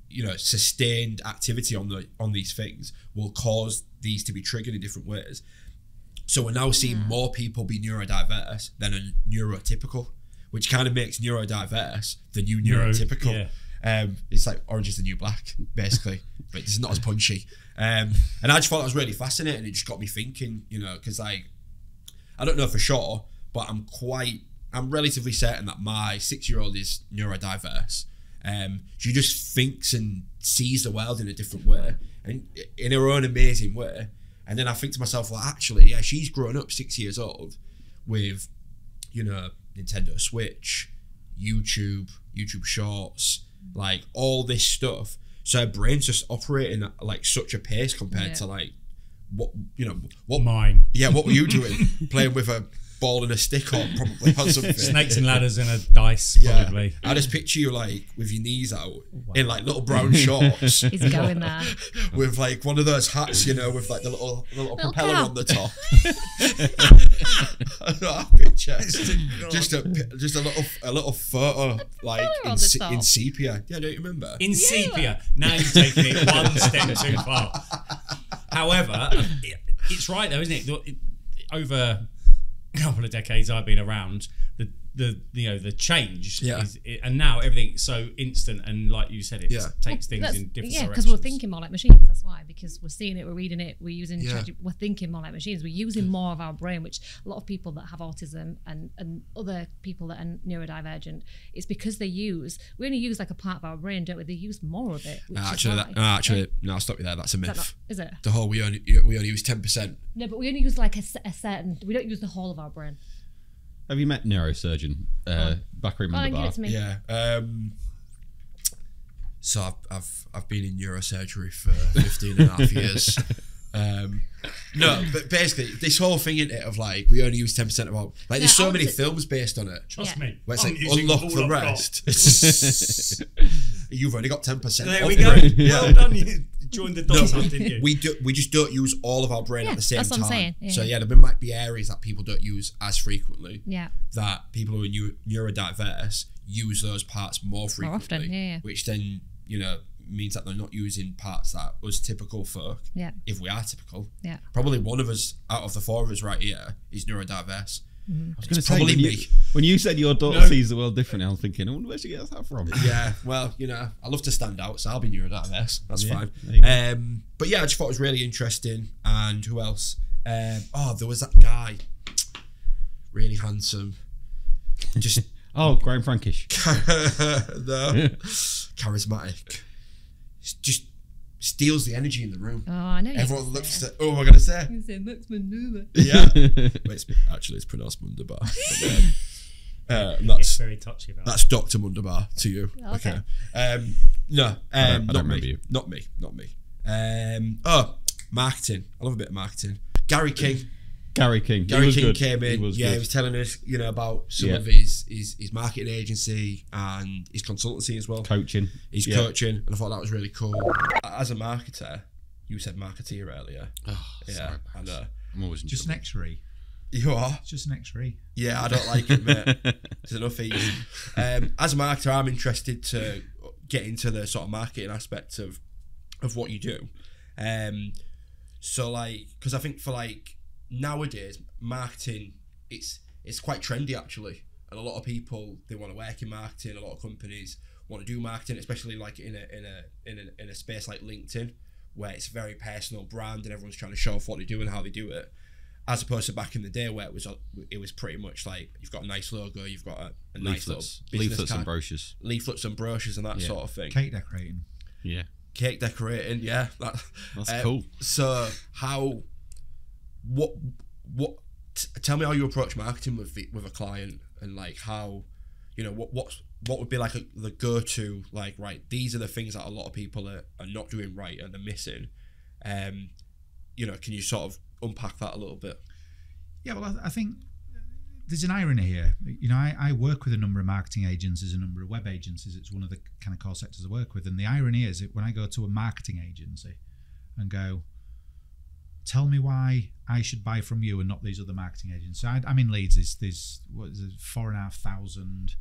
[SPEAKER 4] you know sustained activity on the on these things will cause these to be triggered in different ways. So we're now seeing more people be neurodiverse than are neurotypical, which kind of makes neurodiverse the new
[SPEAKER 3] Neuro-
[SPEAKER 4] neurotypical.
[SPEAKER 3] yeah.
[SPEAKER 4] Um, it's like Orange is the New Black, basically, but it's not as punchy. Um, and I just thought that was really fascinating. It just got me thinking, you know, because like, I don't know for sure, but I'm quite, I'm relatively certain that my six year old is neurodiverse. Um, she just thinks and sees the world in a different way, and in her own amazing way. And then I think to myself, well, actually, yeah, she's grown up six years old with, you know, Nintendo Switch, YouTube, YouTube Shorts, like all this stuff. So her brain's just operating at like such a pace compared
[SPEAKER 3] Yeah.
[SPEAKER 4] to like what you know what
[SPEAKER 3] mine.
[SPEAKER 4] Yeah, what were you doing? Playing with a ball and a stick on probably or something.
[SPEAKER 3] Snakes and ladders and a dice, probably. Oh,
[SPEAKER 4] I just picture you like with your knees out in like little brown shorts.
[SPEAKER 5] He's going there.
[SPEAKER 4] with like one of those hats, you know, with like the little the little,
[SPEAKER 5] Little
[SPEAKER 4] propeller
[SPEAKER 5] cap.
[SPEAKER 4] on the top. That's what I picture. Just a pi- just a little a little photo like
[SPEAKER 3] on
[SPEAKER 4] in,
[SPEAKER 3] the
[SPEAKER 4] se- in
[SPEAKER 3] top.
[SPEAKER 4] sepia. Yeah, don't you remember?
[SPEAKER 3] In sepia. Now you've taken it one step too far. However, it- it's right though, isn't it? The- it- Over a couple of decades I've been around, the the you know the change,
[SPEAKER 4] Yeah.
[SPEAKER 3] is, and now everything's so instant and like you said, it
[SPEAKER 4] Yeah.
[SPEAKER 3] takes things
[SPEAKER 5] That's-
[SPEAKER 3] in different
[SPEAKER 5] yeah, because
[SPEAKER 3] directions.
[SPEAKER 5] we're thinking more like machines. That's why, because we're seeing it, we're reading it, we're using,
[SPEAKER 3] Yeah.
[SPEAKER 5] ChatGPT, we're thinking more like machines. We're using more of our brain, which a lot of people that have autism and and other people that are neurodivergent, it's because they use we only use like a part of our brain, don't we? They use more of it. Which
[SPEAKER 4] No,
[SPEAKER 5] is
[SPEAKER 4] Uh, actually,
[SPEAKER 5] why.
[SPEAKER 4] that, no, actually, no. I'll stop you there. That's a
[SPEAKER 5] Is
[SPEAKER 4] myth.
[SPEAKER 5] that not- is it?
[SPEAKER 4] The whole we only we only use ten percent.
[SPEAKER 5] No, but we only use like a, s- a certain. We don't use the whole of our brain.
[SPEAKER 2] Have you met neurosurgeon uh, back room
[SPEAKER 5] Go on,
[SPEAKER 2] in the
[SPEAKER 5] Oh, give
[SPEAKER 2] bar?
[SPEAKER 5] it to me.
[SPEAKER 4] Yeah. Um, so I've, I've I've been in neurosurgery for 15 and a half years. Um, no, but basically this whole thing in it of like we only use 10 percent of our like there's
[SPEAKER 3] No,
[SPEAKER 4] so
[SPEAKER 3] I
[SPEAKER 4] many
[SPEAKER 3] was-
[SPEAKER 4] films based on it.
[SPEAKER 3] Trust me,
[SPEAKER 4] Where it's
[SPEAKER 3] I'm
[SPEAKER 4] like
[SPEAKER 3] using
[SPEAKER 4] unlock
[SPEAKER 3] all
[SPEAKER 4] the
[SPEAKER 3] I've got."
[SPEAKER 4] rest. You've only got 10 percent.
[SPEAKER 3] There we go. Well done, you joined the dots, didn't you?
[SPEAKER 4] We do. We just don't use all of our brain
[SPEAKER 5] Yeah,
[SPEAKER 4] at the same
[SPEAKER 5] that's what
[SPEAKER 4] time.
[SPEAKER 5] I'm saying, yeah.
[SPEAKER 4] So yeah, there might be areas that people don't use as frequently.
[SPEAKER 5] Yeah.
[SPEAKER 4] That people who are neu- neurodiverse use those parts more
[SPEAKER 5] More
[SPEAKER 4] frequently.
[SPEAKER 5] often, yeah, yeah.
[SPEAKER 4] Which then you know means that they're not using parts that us typical folk.
[SPEAKER 5] Yeah.
[SPEAKER 4] If we are typical.
[SPEAKER 5] Yeah.
[SPEAKER 4] Probably one of us out of the four of us right here is neurodiverse.
[SPEAKER 5] Mhm.
[SPEAKER 2] I was
[SPEAKER 4] It's
[SPEAKER 2] going to say,
[SPEAKER 4] probably
[SPEAKER 2] when
[SPEAKER 4] me.
[SPEAKER 2] you, when you said your daughter
[SPEAKER 4] No.
[SPEAKER 2] sees the world differently, I was thinking, I wonder where she gets that from.
[SPEAKER 4] yeah, well, you know, I love to stand out, so I'll be neurodiverse. That's
[SPEAKER 2] Yeah, there you
[SPEAKER 4] fine. Um, but yeah, I just thought it was really interesting. And who else? Um, oh, there was that guy, really handsome. Just
[SPEAKER 2] oh, Graham Frankish.
[SPEAKER 4] no, charismatic. S- Just steals the energy in the room.
[SPEAKER 5] Oh, I know.
[SPEAKER 4] Everyone looks at. Oh, am I gonna say?
[SPEAKER 5] You say looks maneuver.
[SPEAKER 4] Yeah. But it's, actually, it's pronounced Mundabar. But, um, uh, and that's
[SPEAKER 3] very touchy about
[SPEAKER 4] That's Doctor Mundabar to you.
[SPEAKER 3] Okay.
[SPEAKER 4] Okay. Um, no, um,
[SPEAKER 2] I don't- I
[SPEAKER 4] not
[SPEAKER 2] don't
[SPEAKER 4] me.
[SPEAKER 2] remember you.
[SPEAKER 4] Not me. Not me. Um, oh, marketing. I love a bit of marketing. Gary King.
[SPEAKER 2] Gary King. He
[SPEAKER 4] Gary
[SPEAKER 2] was
[SPEAKER 4] King
[SPEAKER 2] good.
[SPEAKER 4] came in.
[SPEAKER 2] He was
[SPEAKER 4] yeah,
[SPEAKER 2] good.
[SPEAKER 4] he was telling us, you know, about some
[SPEAKER 2] Yeah.
[SPEAKER 4] of his, his his marketing agency and his consultancy as well.
[SPEAKER 2] Coaching.
[SPEAKER 4] He's
[SPEAKER 2] Yeah.
[SPEAKER 4] coaching, and I thought that was really cool. As a marketer, you said marketeer earlier. yeah,
[SPEAKER 13] sorry,
[SPEAKER 4] I know.
[SPEAKER 2] I'm always in
[SPEAKER 13] Just an
[SPEAKER 2] trouble.
[SPEAKER 13] X-ray.
[SPEAKER 4] You are.
[SPEAKER 13] It's just an X-ray.
[SPEAKER 4] Yeah, I don't like it, mate. It's enough easy. Um, as a marketer, I'm interested to get into the sort of marketing aspect of of what you do. Um, so like, because I think for like nowadays, marketing it's it's quite trendy actually, and a lot of people they want to work in marketing. A lot of companies want to do marketing, especially like in a in a in a, in a space like LinkedIn, where it's a very personal brand and everyone's trying to show off what they do and how they do it as opposed to back in the day where it was it was pretty much like you've got a nice logo, you've got a, a nice little
[SPEAKER 2] Leaflets.
[SPEAKER 4] business
[SPEAKER 2] Leaflets and
[SPEAKER 4] card-
[SPEAKER 2] brochures.
[SPEAKER 4] leaflets and brochures and that
[SPEAKER 2] Yeah.
[SPEAKER 4] sort of thing.
[SPEAKER 13] Cake decorating.
[SPEAKER 2] Yeah.
[SPEAKER 4] Cake decorating, yeah, that, um,
[SPEAKER 2] That's cool.
[SPEAKER 4] So how, what, what? T- tell me how you approach marketing with the, with a client and like how, you know, what what's what would be like a, the go to like right? These are the things that a lot of people are, are not doing right and they're missing. Um, you know, can you sort of unpack that a little bit?
[SPEAKER 13] Yeah, well, I, I think
[SPEAKER 12] there's an irony here. You know, I, I work with a number of marketing agencies, a number of web agencies. It's one of the kind of core sectors I work with. And the irony is that when I go to a marketing agency and go, tell me why I should buy from you and not these other marketing agents. So I, I'm in Leeds. There's, there's what is it, four and a half thousand,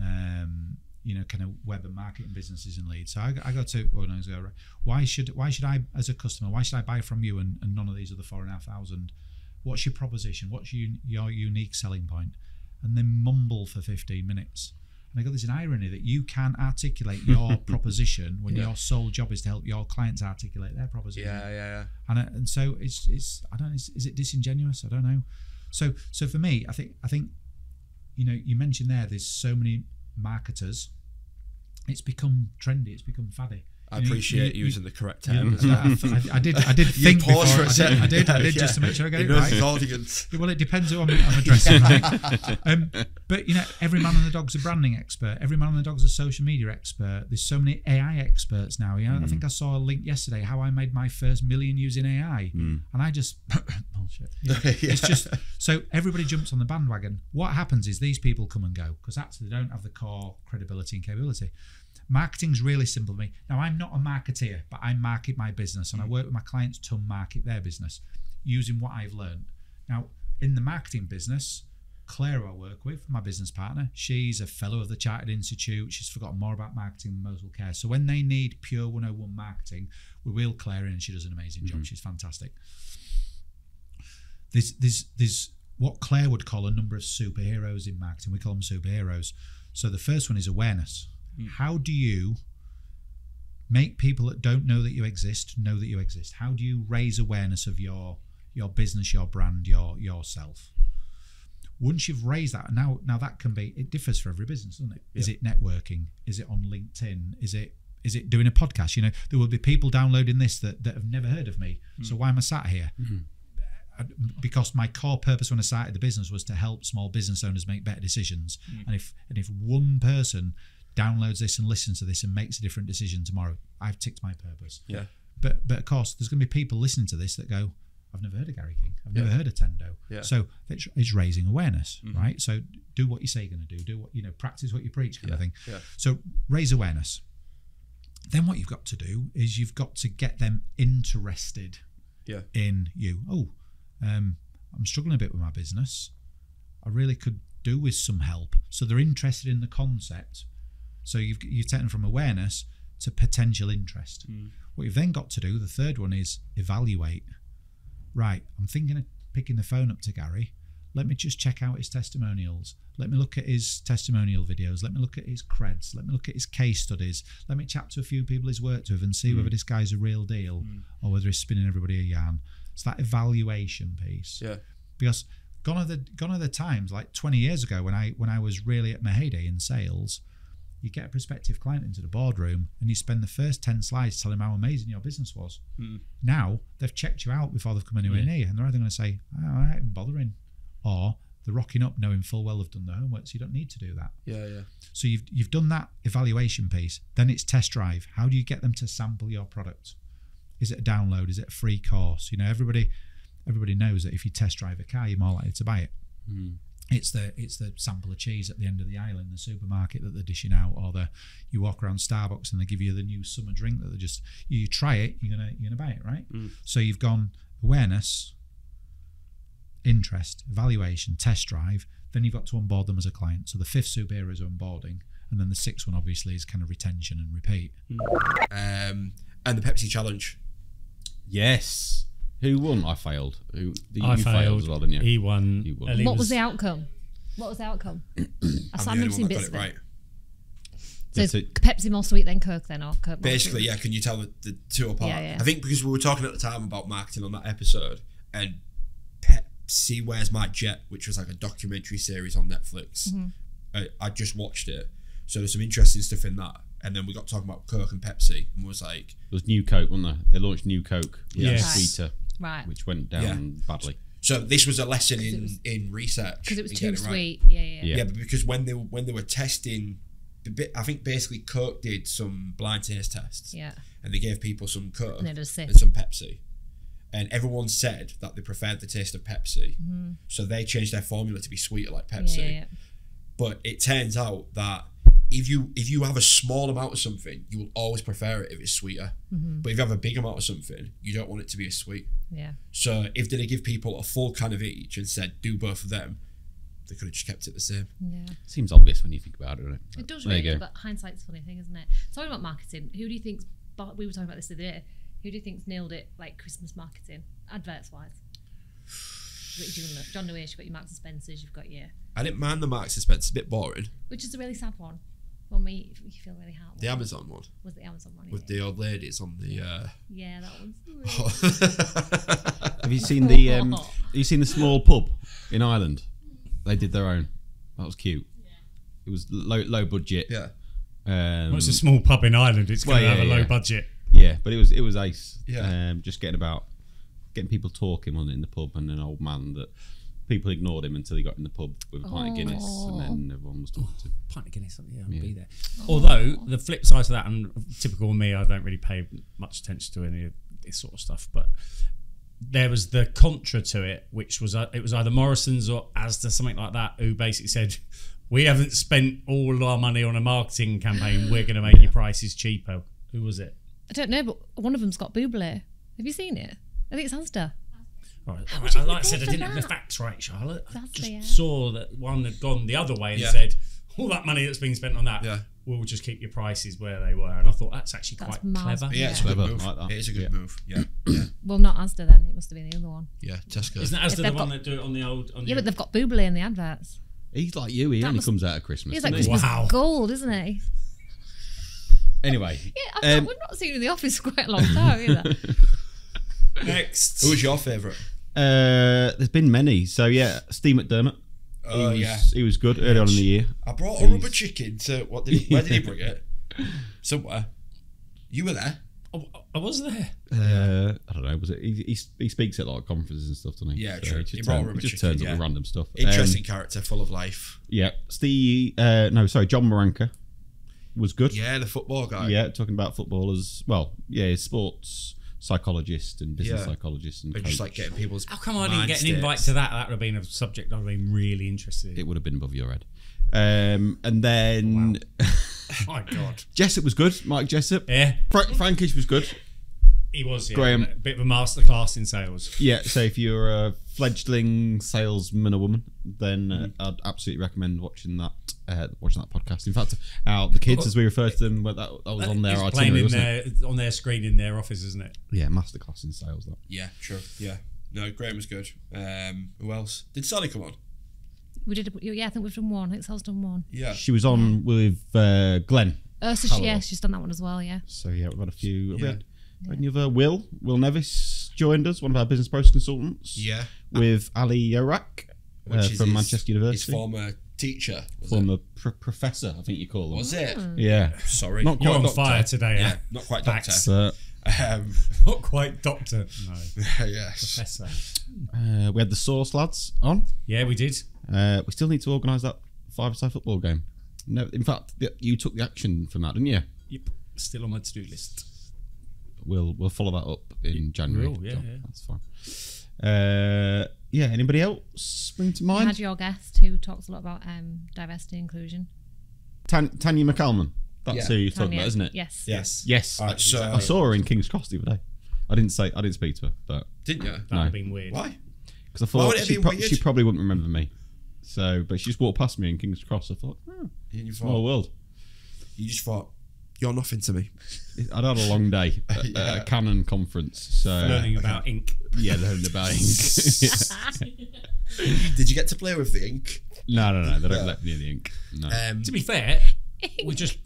[SPEAKER 12] um, you know, kind of web and marketing businesses in Leeds. So I, go- I go to organisations. Go, right, why should why should I as a customer why should I buy from you and, and none of these other four and a half thousand? What's your proposition? What's your, your unique selling point? And they mumble for fifteen minutes. And I go, there's an irony that you can articulate your proposition when
[SPEAKER 10] Yeah.
[SPEAKER 12] your sole job is to help your clients articulate their proposition.
[SPEAKER 10] Yeah, yeah, yeah.
[SPEAKER 12] And I- and so it's it's I don't know, is, is it disingenuous? I don't know. So so for me, I think I think you know you mentioned there there's so many marketers. It's become trendy. It's become faddy.
[SPEAKER 10] I
[SPEAKER 12] You know, you-
[SPEAKER 10] appreciate
[SPEAKER 12] you-
[SPEAKER 10] using the correct
[SPEAKER 12] you-
[SPEAKER 10] terms.
[SPEAKER 12] I, I- I did. I did
[SPEAKER 10] You
[SPEAKER 12] think before.
[SPEAKER 10] paused for a
[SPEAKER 12] I did. I
[SPEAKER 10] second.
[SPEAKER 12] did, I did
[SPEAKER 10] Yeah.
[SPEAKER 12] just to make sure I get
[SPEAKER 10] He
[SPEAKER 12] it
[SPEAKER 10] knows
[SPEAKER 12] right.
[SPEAKER 10] his audience.
[SPEAKER 12] Well, it depends who I'm, I'm addressing.
[SPEAKER 10] Yeah.
[SPEAKER 12] right? um, but you know, every man and the dog's a branding expert. Every man and the dog's a social media expert. There's so many AI experts now. You know, I
[SPEAKER 2] Mm.
[SPEAKER 12] think I saw a link yesterday how I made my first million using AI,
[SPEAKER 2] Mm.
[SPEAKER 12] and I just bullshit. You know, It's
[SPEAKER 2] Yeah.
[SPEAKER 12] just so everybody jumps on the bandwagon. What happens is these people come and go because actually they don't have the core credibility and capability. Marketing's really simple to me. Now I'm not a marketeer, but I market my business and I work with my clients to market their business using what I've learned. Now in the marketing business, Claire, who I work with, my business partner, she's a fellow of the Chartered Institute. She's forgotten more about marketing than most will care. So when they need pure 101 marketing, we wheel Claire in and she does an amazing job.
[SPEAKER 2] Mhm.
[SPEAKER 12] She's fantastic there's there's there's what Claire would call a number of superheroes in marketing. We call them superheroes. So the first one is awareness. How do you make people that don't know that you exist know that you exist? How do you raise awareness of your your business, your brand, your yourself? Once you've raised that, now now that can be it differs for every business, doesn't it? Is it networking? Is it on LinkedIn? Is it is it doing a podcast? You know, there will be people downloading this that, that have never heard of me. So why am I sat here? because my core purpose when I started the business was to help small business owners make better decisions.
[SPEAKER 2] Mm.
[SPEAKER 12] And if and if one person downloads this and listens to this and makes a different decision tomorrow, I've ticked my purpose.
[SPEAKER 2] Yeah.
[SPEAKER 12] But but of course, there's going to be people listening to this that go, I've never heard of Gary King. I've never
[SPEAKER 2] Yeah.
[SPEAKER 12] heard of Tendo.
[SPEAKER 2] Yeah.
[SPEAKER 12] So it's, it's raising awareness,
[SPEAKER 2] Mhm.
[SPEAKER 12] right? So do what you say you're going to do. Do what you know. Practice what you preach, kind of
[SPEAKER 2] Yeah.
[SPEAKER 12] thing.
[SPEAKER 2] Yeah.
[SPEAKER 12] So raise awareness. Then what you've got to do is you've got to get them interested
[SPEAKER 2] Yeah.
[SPEAKER 12] in you. Oh, um, I'm struggling a bit with my business. I really could do with some help. So they're interested in the concept. So you've you've taken from awareness to potential interest. What you've then got to do, the third one is evaluate. Right, I'm thinking of picking the phone up to Gary. Let me just check out his testimonials. Let me look at his testimonial videos. Let me look at his creds. Let me look at his case studies. Let me chat to a few people he's worked with and see whether this guy's a real deal or whether he's spinning everybody a yarn. It's that evaluation piece.
[SPEAKER 10] Yeah.
[SPEAKER 12] Because gone are the gone are the times like 20 years ago when I when I was really at my heyday in sales, you get a prospective client into the boardroom and you spend the first 10 slides telling them how amazing your business was.
[SPEAKER 2] Mm.
[SPEAKER 12] Now they've checked you out before they've come anywhere
[SPEAKER 2] Yeah.
[SPEAKER 12] near you, and they're either going to say, oh, I ain't bothering, or they're rocking up knowing full well they've done their homework, so you don't need to do that.
[SPEAKER 10] Yeah, yeah.
[SPEAKER 12] So you've you've done that evaluation piece. Then it's test drive. How do you get them to sample your product? Is it a download? Is it a free course? You know, everybody everybody knows that if you test drive a car, you're more likely to buy it.
[SPEAKER 10] Hmm.
[SPEAKER 12] It's the it's the sample of cheese at the end of the aisle in the supermarket that they're dishing out, or the you walk around Starbucks and they give you the new summer drink that they just you try it, you're gonna you're gonna buy it, right?
[SPEAKER 2] Mm.
[SPEAKER 12] So you've gone awareness, interest, evaluation, test drive. Then you've got to onboard them as a client. So the fifth superhero is onboarding, and then the sixth one obviously is kind of retention and repeat.
[SPEAKER 4] Um, and the Pepsi challenge.
[SPEAKER 2] Yes. Who won? I failed. Who, you
[SPEAKER 3] I
[SPEAKER 2] failed.
[SPEAKER 3] failed. E
[SPEAKER 2] as well, didn't you?
[SPEAKER 3] He won.
[SPEAKER 2] You won.
[SPEAKER 3] Ellie
[SPEAKER 5] What was the outcome? What was the outcome? I said
[SPEAKER 4] I'm
[SPEAKER 5] I've
[SPEAKER 4] the only
[SPEAKER 5] never
[SPEAKER 4] one
[SPEAKER 5] seen
[SPEAKER 4] that got
[SPEAKER 5] bits
[SPEAKER 4] it
[SPEAKER 5] of it.
[SPEAKER 4] right.
[SPEAKER 5] So,
[SPEAKER 2] Yeah, so-
[SPEAKER 5] Pepsi more sweet than Coke, then or Coke. more
[SPEAKER 4] Basically,
[SPEAKER 5] sweet.
[SPEAKER 4] yeah. Can you tell the, the two apart?
[SPEAKER 5] Yeah, yeah.
[SPEAKER 4] I think because we were talking at the time about marketing on that episode, and Pepsi Where's My Jet, which was like a documentary series on Netflix.
[SPEAKER 5] Mhm.
[SPEAKER 4] I, I just watched it, so there's some interesting stuff in that. And then we got talking about Coke and Pepsi, and was like,
[SPEAKER 2] There was New Coke, wasn't there? They launched New Coke, which
[SPEAKER 4] Yes.
[SPEAKER 2] was sweeter,
[SPEAKER 5] Right.
[SPEAKER 2] which went down badly.
[SPEAKER 4] so this was a lesson in
[SPEAKER 5] was-
[SPEAKER 4] in research
[SPEAKER 5] 'Cause it was
[SPEAKER 4] and
[SPEAKER 5] too
[SPEAKER 4] getting it
[SPEAKER 5] sweet. Yeah, yeah, yeah.
[SPEAKER 4] yeah. but because when they when they were testing, the bit I think basically Coke did some blind taste tests,
[SPEAKER 5] Yeah.
[SPEAKER 4] and they gave people some Coke
[SPEAKER 5] And they had a sip.
[SPEAKER 4] and some Pepsi, and everyone said that they preferred the taste of Pepsi.
[SPEAKER 5] Mhm.
[SPEAKER 4] So they changed their formula to be sweeter like Pepsi.
[SPEAKER 5] Yeah, yeah.
[SPEAKER 4] But it turns out that if you if you have a small amount of something, you will always prefer it if it's sweeter.
[SPEAKER 5] Mhm.
[SPEAKER 4] But if you have a big amount of something, you don't want it to be as sweet.
[SPEAKER 5] Yeah.
[SPEAKER 4] So if they give people a full can of each and said do both of them, they could have just kept it the same.
[SPEAKER 5] Yeah.
[SPEAKER 2] Seems obvious when you think about it, doesn't it?
[SPEAKER 5] It does
[SPEAKER 2] There you
[SPEAKER 5] really,
[SPEAKER 2] go.
[SPEAKER 5] but hindsight's a funny thing, isn't it? Talking about marketing, who do you think's but we were talking about this the other day. Who do you think's nailed it like Christmas marketing, adverts wise? John Lewis, you've got your Marks and Spencers, you've got your
[SPEAKER 4] I didn't mind the Marks and Spencer, a bit boring.
[SPEAKER 5] which is a really sad one. One where you, you feel really heartwarming.
[SPEAKER 4] The Amazon one
[SPEAKER 5] was the Amazon one.
[SPEAKER 4] with the old ladies on the. Uh,
[SPEAKER 5] Yeah, that one's.
[SPEAKER 2] Have you seen the um, have you seen the small pub in Ireland? They did their own. That was cute. It was low low budget.
[SPEAKER 4] Yeah.
[SPEAKER 2] Um,
[SPEAKER 3] Well, it's a small pub in Ireland, it's gonna have a low budget.
[SPEAKER 2] Yeah, but it was it was ace.
[SPEAKER 3] Yeah.
[SPEAKER 2] Um, just getting about getting people talking on it in the pub and an old man that people ignored him until he got in the pub with a pint of Guinness and then everyone was talking to him.
[SPEAKER 3] Pint of Guinness, yeah, I'll
[SPEAKER 2] Yeah.
[SPEAKER 3] be there. Although the flip side to that, and typical of me, I don't really pay much attention to any of this sort of stuff. But there was the contra to it, which was uh, it was either Morrison's or Asda, something like that, who basically said, "We haven't spent all our money on a marketing campaign. We're going to make your prices cheaper." Who was it?
[SPEAKER 5] I don't know, but one of them's got Buble. Have you seen it? I think it's Asda.
[SPEAKER 3] All right.
[SPEAKER 5] How
[SPEAKER 3] I-
[SPEAKER 5] much
[SPEAKER 3] I,
[SPEAKER 5] did we
[SPEAKER 3] like I
[SPEAKER 5] pay
[SPEAKER 3] said, I
[SPEAKER 5] for
[SPEAKER 3] didn't have the
[SPEAKER 5] that?
[SPEAKER 3] facts right, Charlotte. I
[SPEAKER 5] That's
[SPEAKER 3] just
[SPEAKER 5] the, uh,
[SPEAKER 3] saw that one had gone the other way and
[SPEAKER 4] Yeah.
[SPEAKER 3] said, all that money that's been spent on that, we'll just keep your prices where they were. And I thought that's actually
[SPEAKER 5] That's
[SPEAKER 3] quite
[SPEAKER 5] mad.
[SPEAKER 3] clever.
[SPEAKER 4] yeah, it's a good move. It is a good move. Yeah. yeah.
[SPEAKER 5] Well, not Asda then. It must have been the other one.
[SPEAKER 4] Yeah, Tesco.
[SPEAKER 3] Isn't
[SPEAKER 5] If
[SPEAKER 3] Asda the
[SPEAKER 5] they've
[SPEAKER 3] one
[SPEAKER 5] got-
[SPEAKER 3] that do it on the old? On
[SPEAKER 5] Yeah,
[SPEAKER 3] the
[SPEAKER 5] but they've got Buble in the adverts.
[SPEAKER 2] He's like you. He
[SPEAKER 5] That
[SPEAKER 2] only
[SPEAKER 5] must-
[SPEAKER 2] comes out at Christmas.
[SPEAKER 5] He's like
[SPEAKER 2] doesn't he?
[SPEAKER 5] Christmas gold, isn't he?
[SPEAKER 2] Anyway.
[SPEAKER 5] Yeah, I've not,
[SPEAKER 2] um,
[SPEAKER 5] we've not seen him in the office for quite a long time either.
[SPEAKER 3] Next.
[SPEAKER 4] Who was your favourite?
[SPEAKER 2] Uh, there's been many. So yeah, Steve McDermott. he
[SPEAKER 4] Oh,
[SPEAKER 2] was,
[SPEAKER 4] yeah.
[SPEAKER 2] he was good early on in the year.
[SPEAKER 4] I brought a
[SPEAKER 2] He's-
[SPEAKER 4] rubber chicken to what did he, where did he bring it? Somewhere. You were there.
[SPEAKER 3] Oh, I was there.
[SPEAKER 2] Uh, I don't know. Was it? He, he, he speaks at like conferences and stuff, doesn't he?
[SPEAKER 4] Yeah,
[SPEAKER 2] So
[SPEAKER 4] true.
[SPEAKER 2] He
[SPEAKER 4] He
[SPEAKER 2] just,
[SPEAKER 4] brought a
[SPEAKER 2] turn-
[SPEAKER 4] rubber
[SPEAKER 2] just
[SPEAKER 4] chicken,
[SPEAKER 2] turns up
[SPEAKER 4] yeah.
[SPEAKER 2] with random stuff.
[SPEAKER 4] Interesting
[SPEAKER 2] Um,
[SPEAKER 4] character, full of life.
[SPEAKER 2] yeah, Steve. Uh, no, sorry, John Maranka was good.
[SPEAKER 4] Yeah, the football guy.
[SPEAKER 2] Yeah, talking about footballers. Well, yeah, sports psychologist and business
[SPEAKER 4] Yeah.
[SPEAKER 2] psychologist and
[SPEAKER 4] And just,
[SPEAKER 2] coach.
[SPEAKER 4] like, getting people's
[SPEAKER 3] How come I didn't get an invite to that? That would have been a subject I'd have been really interested in.
[SPEAKER 2] It would have been above your head. Um, and then
[SPEAKER 3] My God.
[SPEAKER 2] Jessup was good. Mike Jessup.
[SPEAKER 3] Yeah.
[SPEAKER 2] Fra- Frankish was good.
[SPEAKER 3] He was yeah,
[SPEAKER 2] Graham.
[SPEAKER 3] a bit of a masterclass in sales.
[SPEAKER 2] Yeah, so if you're a fledgling salesman or woman, then uh,
[SPEAKER 4] Mm-hmm.
[SPEAKER 2] I'd absolutely recommend watching that uh, watching that podcast. In fact, our the kids, as we refer to them, well, that, that was
[SPEAKER 4] uh,
[SPEAKER 2] on their
[SPEAKER 3] It's playing
[SPEAKER 2] itinerary,
[SPEAKER 3] in
[SPEAKER 2] wasn't
[SPEAKER 3] their,
[SPEAKER 2] it?
[SPEAKER 3] on their screen in their office, isn't it?
[SPEAKER 2] Yeah, masterclass in sales. That
[SPEAKER 4] Yeah, sure. Yeah. No, Graham was good. Um, who else? Did Sally come on?
[SPEAKER 5] We did. A, yeah, I think we've done one. I think Sal's done one.
[SPEAKER 4] Yeah.
[SPEAKER 2] she was
[SPEAKER 4] Mm.
[SPEAKER 2] on with uh, Glenn.
[SPEAKER 5] Oh, so she,
[SPEAKER 2] Hallowell.
[SPEAKER 5] yeah, she's done that one as well. Yeah.
[SPEAKER 2] So yeah, we've had a few. We
[SPEAKER 5] Yeah.
[SPEAKER 2] had, we had another Will Will Nevis joined us, one of our business process consultants.
[SPEAKER 4] Yeah.
[SPEAKER 2] with Ali Yarak uh,
[SPEAKER 4] is
[SPEAKER 2] from
[SPEAKER 4] his-
[SPEAKER 2] Manchester University,
[SPEAKER 4] His former teacher. was
[SPEAKER 2] former pr- professor, I think you call him.
[SPEAKER 4] Was it?
[SPEAKER 3] Hmm.
[SPEAKER 2] Yeah.
[SPEAKER 4] Sorry.
[SPEAKER 2] Not
[SPEAKER 3] You're
[SPEAKER 2] quite
[SPEAKER 3] on
[SPEAKER 2] doctor.
[SPEAKER 3] fire today.
[SPEAKER 4] Yeah,
[SPEAKER 3] eh?
[SPEAKER 4] not quite
[SPEAKER 3] Facts.
[SPEAKER 2] doctor.
[SPEAKER 4] Um,
[SPEAKER 3] not quite doctor. No.
[SPEAKER 4] yes.
[SPEAKER 3] Professor.
[SPEAKER 2] Uh, we had the Source lads on.
[SPEAKER 3] Yeah, we did.
[SPEAKER 2] Uh, we still need to organise that five-side football game. No, in fact, the, you took the action from that, didn't you?
[SPEAKER 3] Yep. Still on my to-do list.
[SPEAKER 2] We'll we'll follow that up in January.
[SPEAKER 3] will, yeah,
[SPEAKER 2] John.
[SPEAKER 3] yeah.
[SPEAKER 2] That's fine. Uh, yeah. Anybody else spring to
[SPEAKER 5] I
[SPEAKER 2] mind?
[SPEAKER 5] had your guest who talks a lot about um, diversity and inclusion.
[SPEAKER 2] Tan- Tanya McCalman. That's
[SPEAKER 5] Yeah.
[SPEAKER 2] who you're talking
[SPEAKER 5] Tanya,
[SPEAKER 2] about, isn't it?
[SPEAKER 5] yes.
[SPEAKER 4] Yes.
[SPEAKER 2] Yes.
[SPEAKER 4] Alright, so-
[SPEAKER 2] I saw her in King's Cross the other day. I didn't say I didn't speak to her, but
[SPEAKER 4] Didn't you?
[SPEAKER 3] That would have been weird.
[SPEAKER 4] Why?
[SPEAKER 2] Because I
[SPEAKER 4] Why
[SPEAKER 2] thought
[SPEAKER 4] would it
[SPEAKER 2] she,
[SPEAKER 4] be
[SPEAKER 2] pro-
[SPEAKER 4] weird?
[SPEAKER 2] she probably wouldn't remember me. So, but she just walked past me in King's Cross. I thought, oh,
[SPEAKER 4] And you
[SPEAKER 2] small
[SPEAKER 4] thought-
[SPEAKER 2] world.
[SPEAKER 4] You just thought, you're nothing to me.
[SPEAKER 2] I'd had a long day at, at
[SPEAKER 4] Yeah.
[SPEAKER 2] a Canon conference. So
[SPEAKER 3] Learning about ink.
[SPEAKER 2] Yeah, learning about ink.
[SPEAKER 4] Did you get to play with the ink?
[SPEAKER 2] no, no, no. They don't
[SPEAKER 4] Yeah.
[SPEAKER 2] let me near the ink. No.
[SPEAKER 4] Um,
[SPEAKER 3] To be fair, we're just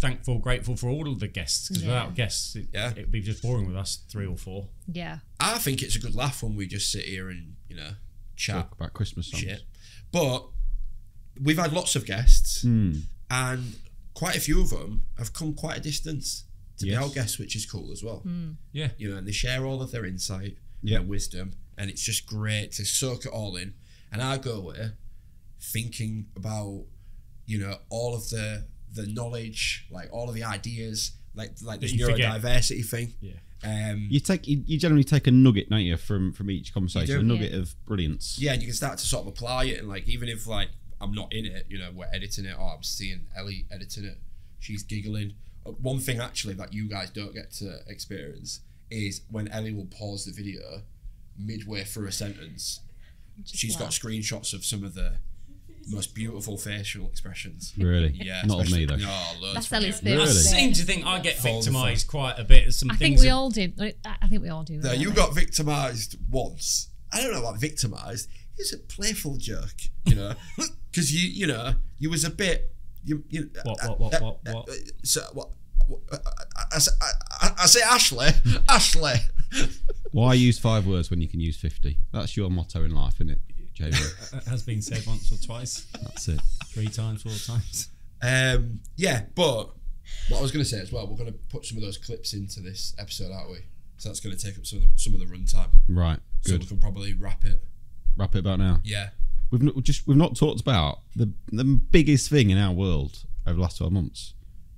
[SPEAKER 3] thankful, grateful for all of the guests because
[SPEAKER 5] Yeah.
[SPEAKER 3] without guests, it, it'd be just boring with us three or four.
[SPEAKER 5] Yeah.
[SPEAKER 4] I think it's a good laugh when we just sit here and, you know, chat
[SPEAKER 2] Talk about Christmas songs.
[SPEAKER 4] shit. But we've had lots of guests,
[SPEAKER 2] Hmm.
[SPEAKER 4] and quite a few of them have come quite a distance to
[SPEAKER 2] Yes.
[SPEAKER 4] be our guests, which is cool as well.
[SPEAKER 3] Yeah.
[SPEAKER 4] You know, and they share all of their insight,
[SPEAKER 2] Yeah.
[SPEAKER 4] their wisdom, and it's just great to soak it all in. And I go away thinking about, you know, all of the the knowledge, like all of the ideas, like like
[SPEAKER 3] That
[SPEAKER 4] this
[SPEAKER 3] you forget.
[SPEAKER 4] neurodiversity thing.
[SPEAKER 3] Yeah.
[SPEAKER 4] Um,
[SPEAKER 2] you take you, you generally take a nugget, don't you, from from each conversation?
[SPEAKER 4] do.
[SPEAKER 2] A nugget of brilliance.
[SPEAKER 4] Yeah, and you can start to sort of apply it, and like even if like I'm not in it, you know, we're editing it, or I'm seeing Ellie editing it, she's giggling. Uh, One thing actually that you guys don't get to experience is when Ellie will pause the video midway through a sentence.
[SPEAKER 5] Just
[SPEAKER 4] She's got
[SPEAKER 5] laugh.
[SPEAKER 4] screenshots of some of the most beautiful facial expressions.
[SPEAKER 2] Really?
[SPEAKER 4] Yeah.
[SPEAKER 2] Not of
[SPEAKER 4] especially-
[SPEAKER 2] me, though.
[SPEAKER 4] No, loads
[SPEAKER 5] That's
[SPEAKER 4] from you.
[SPEAKER 5] Ellie's favorite.
[SPEAKER 3] I seem to think I get
[SPEAKER 4] Fold the
[SPEAKER 3] victimised
[SPEAKER 4] phone.
[SPEAKER 3] quite a bit. As some
[SPEAKER 5] I think
[SPEAKER 3] things
[SPEAKER 5] we
[SPEAKER 3] that-
[SPEAKER 5] all do. I I think we all do.
[SPEAKER 4] No,
[SPEAKER 5] don't
[SPEAKER 4] you
[SPEAKER 5] we?
[SPEAKER 4] got victimised once. I don't know about victimised. It was a playful jerk, you know, because you, you know, you was a bit. You, you,
[SPEAKER 3] What, what, what,
[SPEAKER 4] uh,
[SPEAKER 3] what,
[SPEAKER 4] uh,
[SPEAKER 3] what?
[SPEAKER 4] uh, So what? what- uh, I, I, I, I say Ashley, Ashley.
[SPEAKER 2] Why use five words when you can use fifty? That's your motto in life, isn't it, JB?
[SPEAKER 3] That uh, has been said once or twice,
[SPEAKER 2] That's it.
[SPEAKER 3] three times, four times.
[SPEAKER 4] Um, yeah, but what I was going to say as well, we're going to put some of those clips into this episode, aren't we? So that's going to take up some of the, some of the runtime.
[SPEAKER 2] Right.
[SPEAKER 4] So we
[SPEAKER 2] Good.
[SPEAKER 4] can probably wrap it.
[SPEAKER 2] Wrap it about now.
[SPEAKER 4] Yeah.
[SPEAKER 2] We've not, just we've not talked about the the biggest thing in our world over the last twelve months.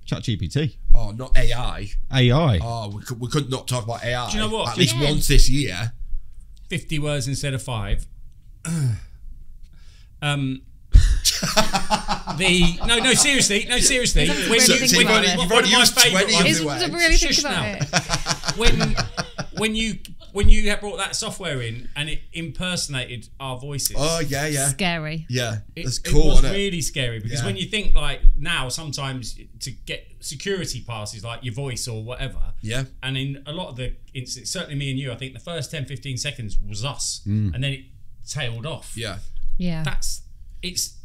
[SPEAKER 2] ChatGPT,
[SPEAKER 4] Oh, not AI.
[SPEAKER 2] AI.
[SPEAKER 4] Oh, we could, we could not talk about AI.
[SPEAKER 3] Do you know what?
[SPEAKER 4] At least
[SPEAKER 3] Yeah.
[SPEAKER 4] once this year.
[SPEAKER 3] 50 words instead of five. um, the no, no, seriously, no, seriously.
[SPEAKER 5] Isn't it
[SPEAKER 3] When,
[SPEAKER 5] really
[SPEAKER 4] think
[SPEAKER 3] when, when,
[SPEAKER 4] about it? You've
[SPEAKER 3] one of
[SPEAKER 4] already
[SPEAKER 3] my
[SPEAKER 4] used 20
[SPEAKER 3] favourite
[SPEAKER 4] of
[SPEAKER 3] ones-
[SPEAKER 4] the
[SPEAKER 5] Isn't
[SPEAKER 4] words.
[SPEAKER 5] it really
[SPEAKER 3] Shush
[SPEAKER 5] think about
[SPEAKER 3] now.
[SPEAKER 5] it?
[SPEAKER 3] when when you when you had brought that software in and it impersonated our voices.
[SPEAKER 4] Oh yeah, yeah,
[SPEAKER 5] Scary.
[SPEAKER 4] yeah.
[SPEAKER 3] It,
[SPEAKER 4] That's
[SPEAKER 3] it
[SPEAKER 4] cool.
[SPEAKER 3] was
[SPEAKER 4] isn't it?
[SPEAKER 3] really scary because
[SPEAKER 4] Yeah.
[SPEAKER 3] when you think like now, sometimes to get security passes like your voice or whatever,
[SPEAKER 4] Yeah,
[SPEAKER 3] and in a lot of the instances, certainly me and you, I think the first 10, 15 seconds was us, and then it tailed off.
[SPEAKER 4] Mm. yeah.
[SPEAKER 5] Yeah.
[SPEAKER 3] that's it's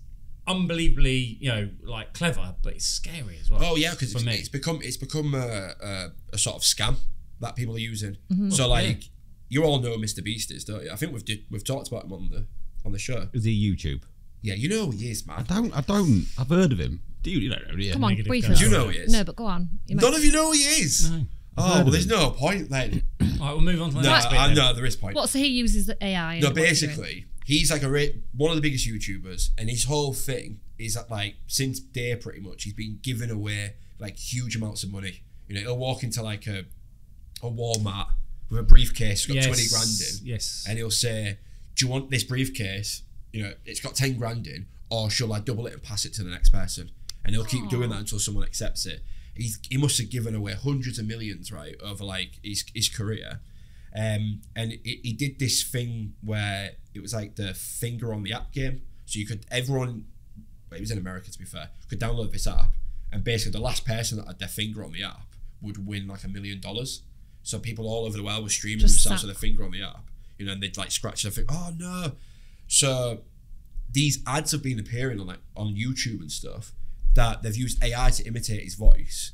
[SPEAKER 3] unbelievably you know like clever, but it's scary as well.
[SPEAKER 4] Oh yeah, because
[SPEAKER 3] for
[SPEAKER 4] it's,
[SPEAKER 3] me,
[SPEAKER 4] it's become it's become a, a, a sort of scam that people are using.
[SPEAKER 5] Mm-hmm.
[SPEAKER 4] So like, you all know who Mr Beast is, don't you? I think we've did, we've talked about him on the on the show.
[SPEAKER 2] Is he YouTube?
[SPEAKER 4] Yeah, you know who he is, man.
[SPEAKER 2] I don't. I don't. I've heard of him. Do you? You don't know who he is.
[SPEAKER 5] Come on,
[SPEAKER 3] negative
[SPEAKER 5] brief
[SPEAKER 3] goes
[SPEAKER 5] us.
[SPEAKER 4] Do you know who he is?
[SPEAKER 5] No, but go on. You
[SPEAKER 4] None
[SPEAKER 5] might-
[SPEAKER 4] of you know who he is.
[SPEAKER 3] No.
[SPEAKER 4] Oh well, there's no point then.
[SPEAKER 3] all right, we'll move on to the
[SPEAKER 4] No,
[SPEAKER 3] next bit.
[SPEAKER 4] I,
[SPEAKER 3] then.
[SPEAKER 4] no, there is point.
[SPEAKER 5] What? So he uses the AI.
[SPEAKER 4] No,
[SPEAKER 5] and what's he doing?
[SPEAKER 4] basically, he's like a re- one of the biggest YouTubers, and his whole thing is that like since day pretty much, he's been giving away like huge amounts of money. You know, he'll walk into like a a Walmart with a briefcase that's got
[SPEAKER 3] Yes,
[SPEAKER 4] twenty grand in,
[SPEAKER 3] Yes,
[SPEAKER 4] and he'll say, "Do you want this briefcase? You know, it's got ten grand in, or shall I double it and pass it to the next person?" And he'll keep doing that until someone accepts it. He's, he must have given away hundreds of millions, right, over like his his career. Um, and he, he did this thing where it was like the finger on the app game. So you could everyone, well, it was in America to be fair, could download this app, and basically the last person that had their finger on the app would win like a million dollars. So people all over the world were streaming
[SPEAKER 5] Just
[SPEAKER 4] themselves
[SPEAKER 5] that.
[SPEAKER 4] with their finger on the app, you know, and they'd like scratch their finger. Oh no! So these ads have been appearing on like on YouTube and stuff that they've used AI to imitate his voice.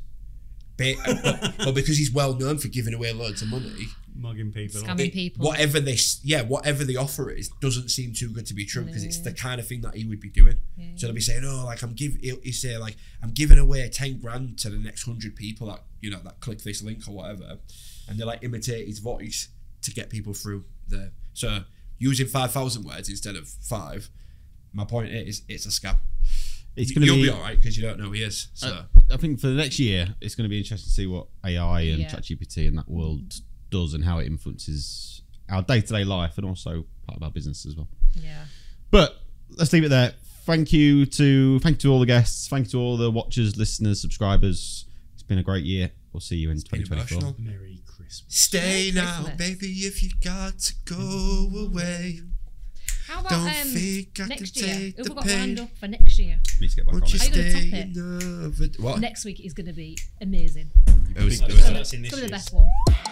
[SPEAKER 4] Ba- but, but because he's well known for giving away loads of money,
[SPEAKER 3] mugging people.
[SPEAKER 5] Scamming
[SPEAKER 4] it-
[SPEAKER 5] people.
[SPEAKER 4] Whatever this, yeah, whatever the offer is, doesn't seem too good to be true because it's the kind of thing that he would be doing. So they'll be saying, "Oh, like I'm giving," he'll, he'll say, "Like I'm giving away ten grand to the next hundred people that you know that click this link or whatever," and they like imitate his voice to get people through there. So using five thousand words instead of five. My point is, it's a scam.
[SPEAKER 2] It's going to
[SPEAKER 4] You'll
[SPEAKER 2] be.
[SPEAKER 4] be, all right because you don't know who he is. So
[SPEAKER 5] Uh,
[SPEAKER 2] I think for the next year, it's going to be interesting to see what AI and
[SPEAKER 5] Yeah.
[SPEAKER 2] ChatGPT and that world does and how it influences our day-to-day life and also part of our business as well.
[SPEAKER 5] Yeah.
[SPEAKER 2] But let's leave it there. Thank you to thank you to all the guests. Thank you to all the watchers, listeners, subscribers. It's been a great year. We'll see you in
[SPEAKER 4] been
[SPEAKER 2] 2024.
[SPEAKER 4] emotional.
[SPEAKER 3] Merry Christmas.
[SPEAKER 4] Stay now,
[SPEAKER 5] Christmas.
[SPEAKER 4] baby, if you got to go away.
[SPEAKER 5] How about
[SPEAKER 4] Don't
[SPEAKER 5] um,
[SPEAKER 4] think I
[SPEAKER 5] next
[SPEAKER 4] can
[SPEAKER 5] year?
[SPEAKER 4] take
[SPEAKER 5] Who have
[SPEAKER 4] the
[SPEAKER 5] we got lined
[SPEAKER 4] pain.
[SPEAKER 5] up for next year?
[SPEAKER 2] Need to get back on
[SPEAKER 4] Won't you
[SPEAKER 2] it.
[SPEAKER 5] Are you gonna
[SPEAKER 4] stay
[SPEAKER 5] top it?
[SPEAKER 4] another- What?
[SPEAKER 5] Next week is going to be amazing.
[SPEAKER 4] It was-
[SPEAKER 3] Big
[SPEAKER 4] it was-
[SPEAKER 3] Christmas in
[SPEAKER 4] euh,
[SPEAKER 5] It's going to be
[SPEAKER 3] this
[SPEAKER 5] the
[SPEAKER 3] year's.
[SPEAKER 5] best one.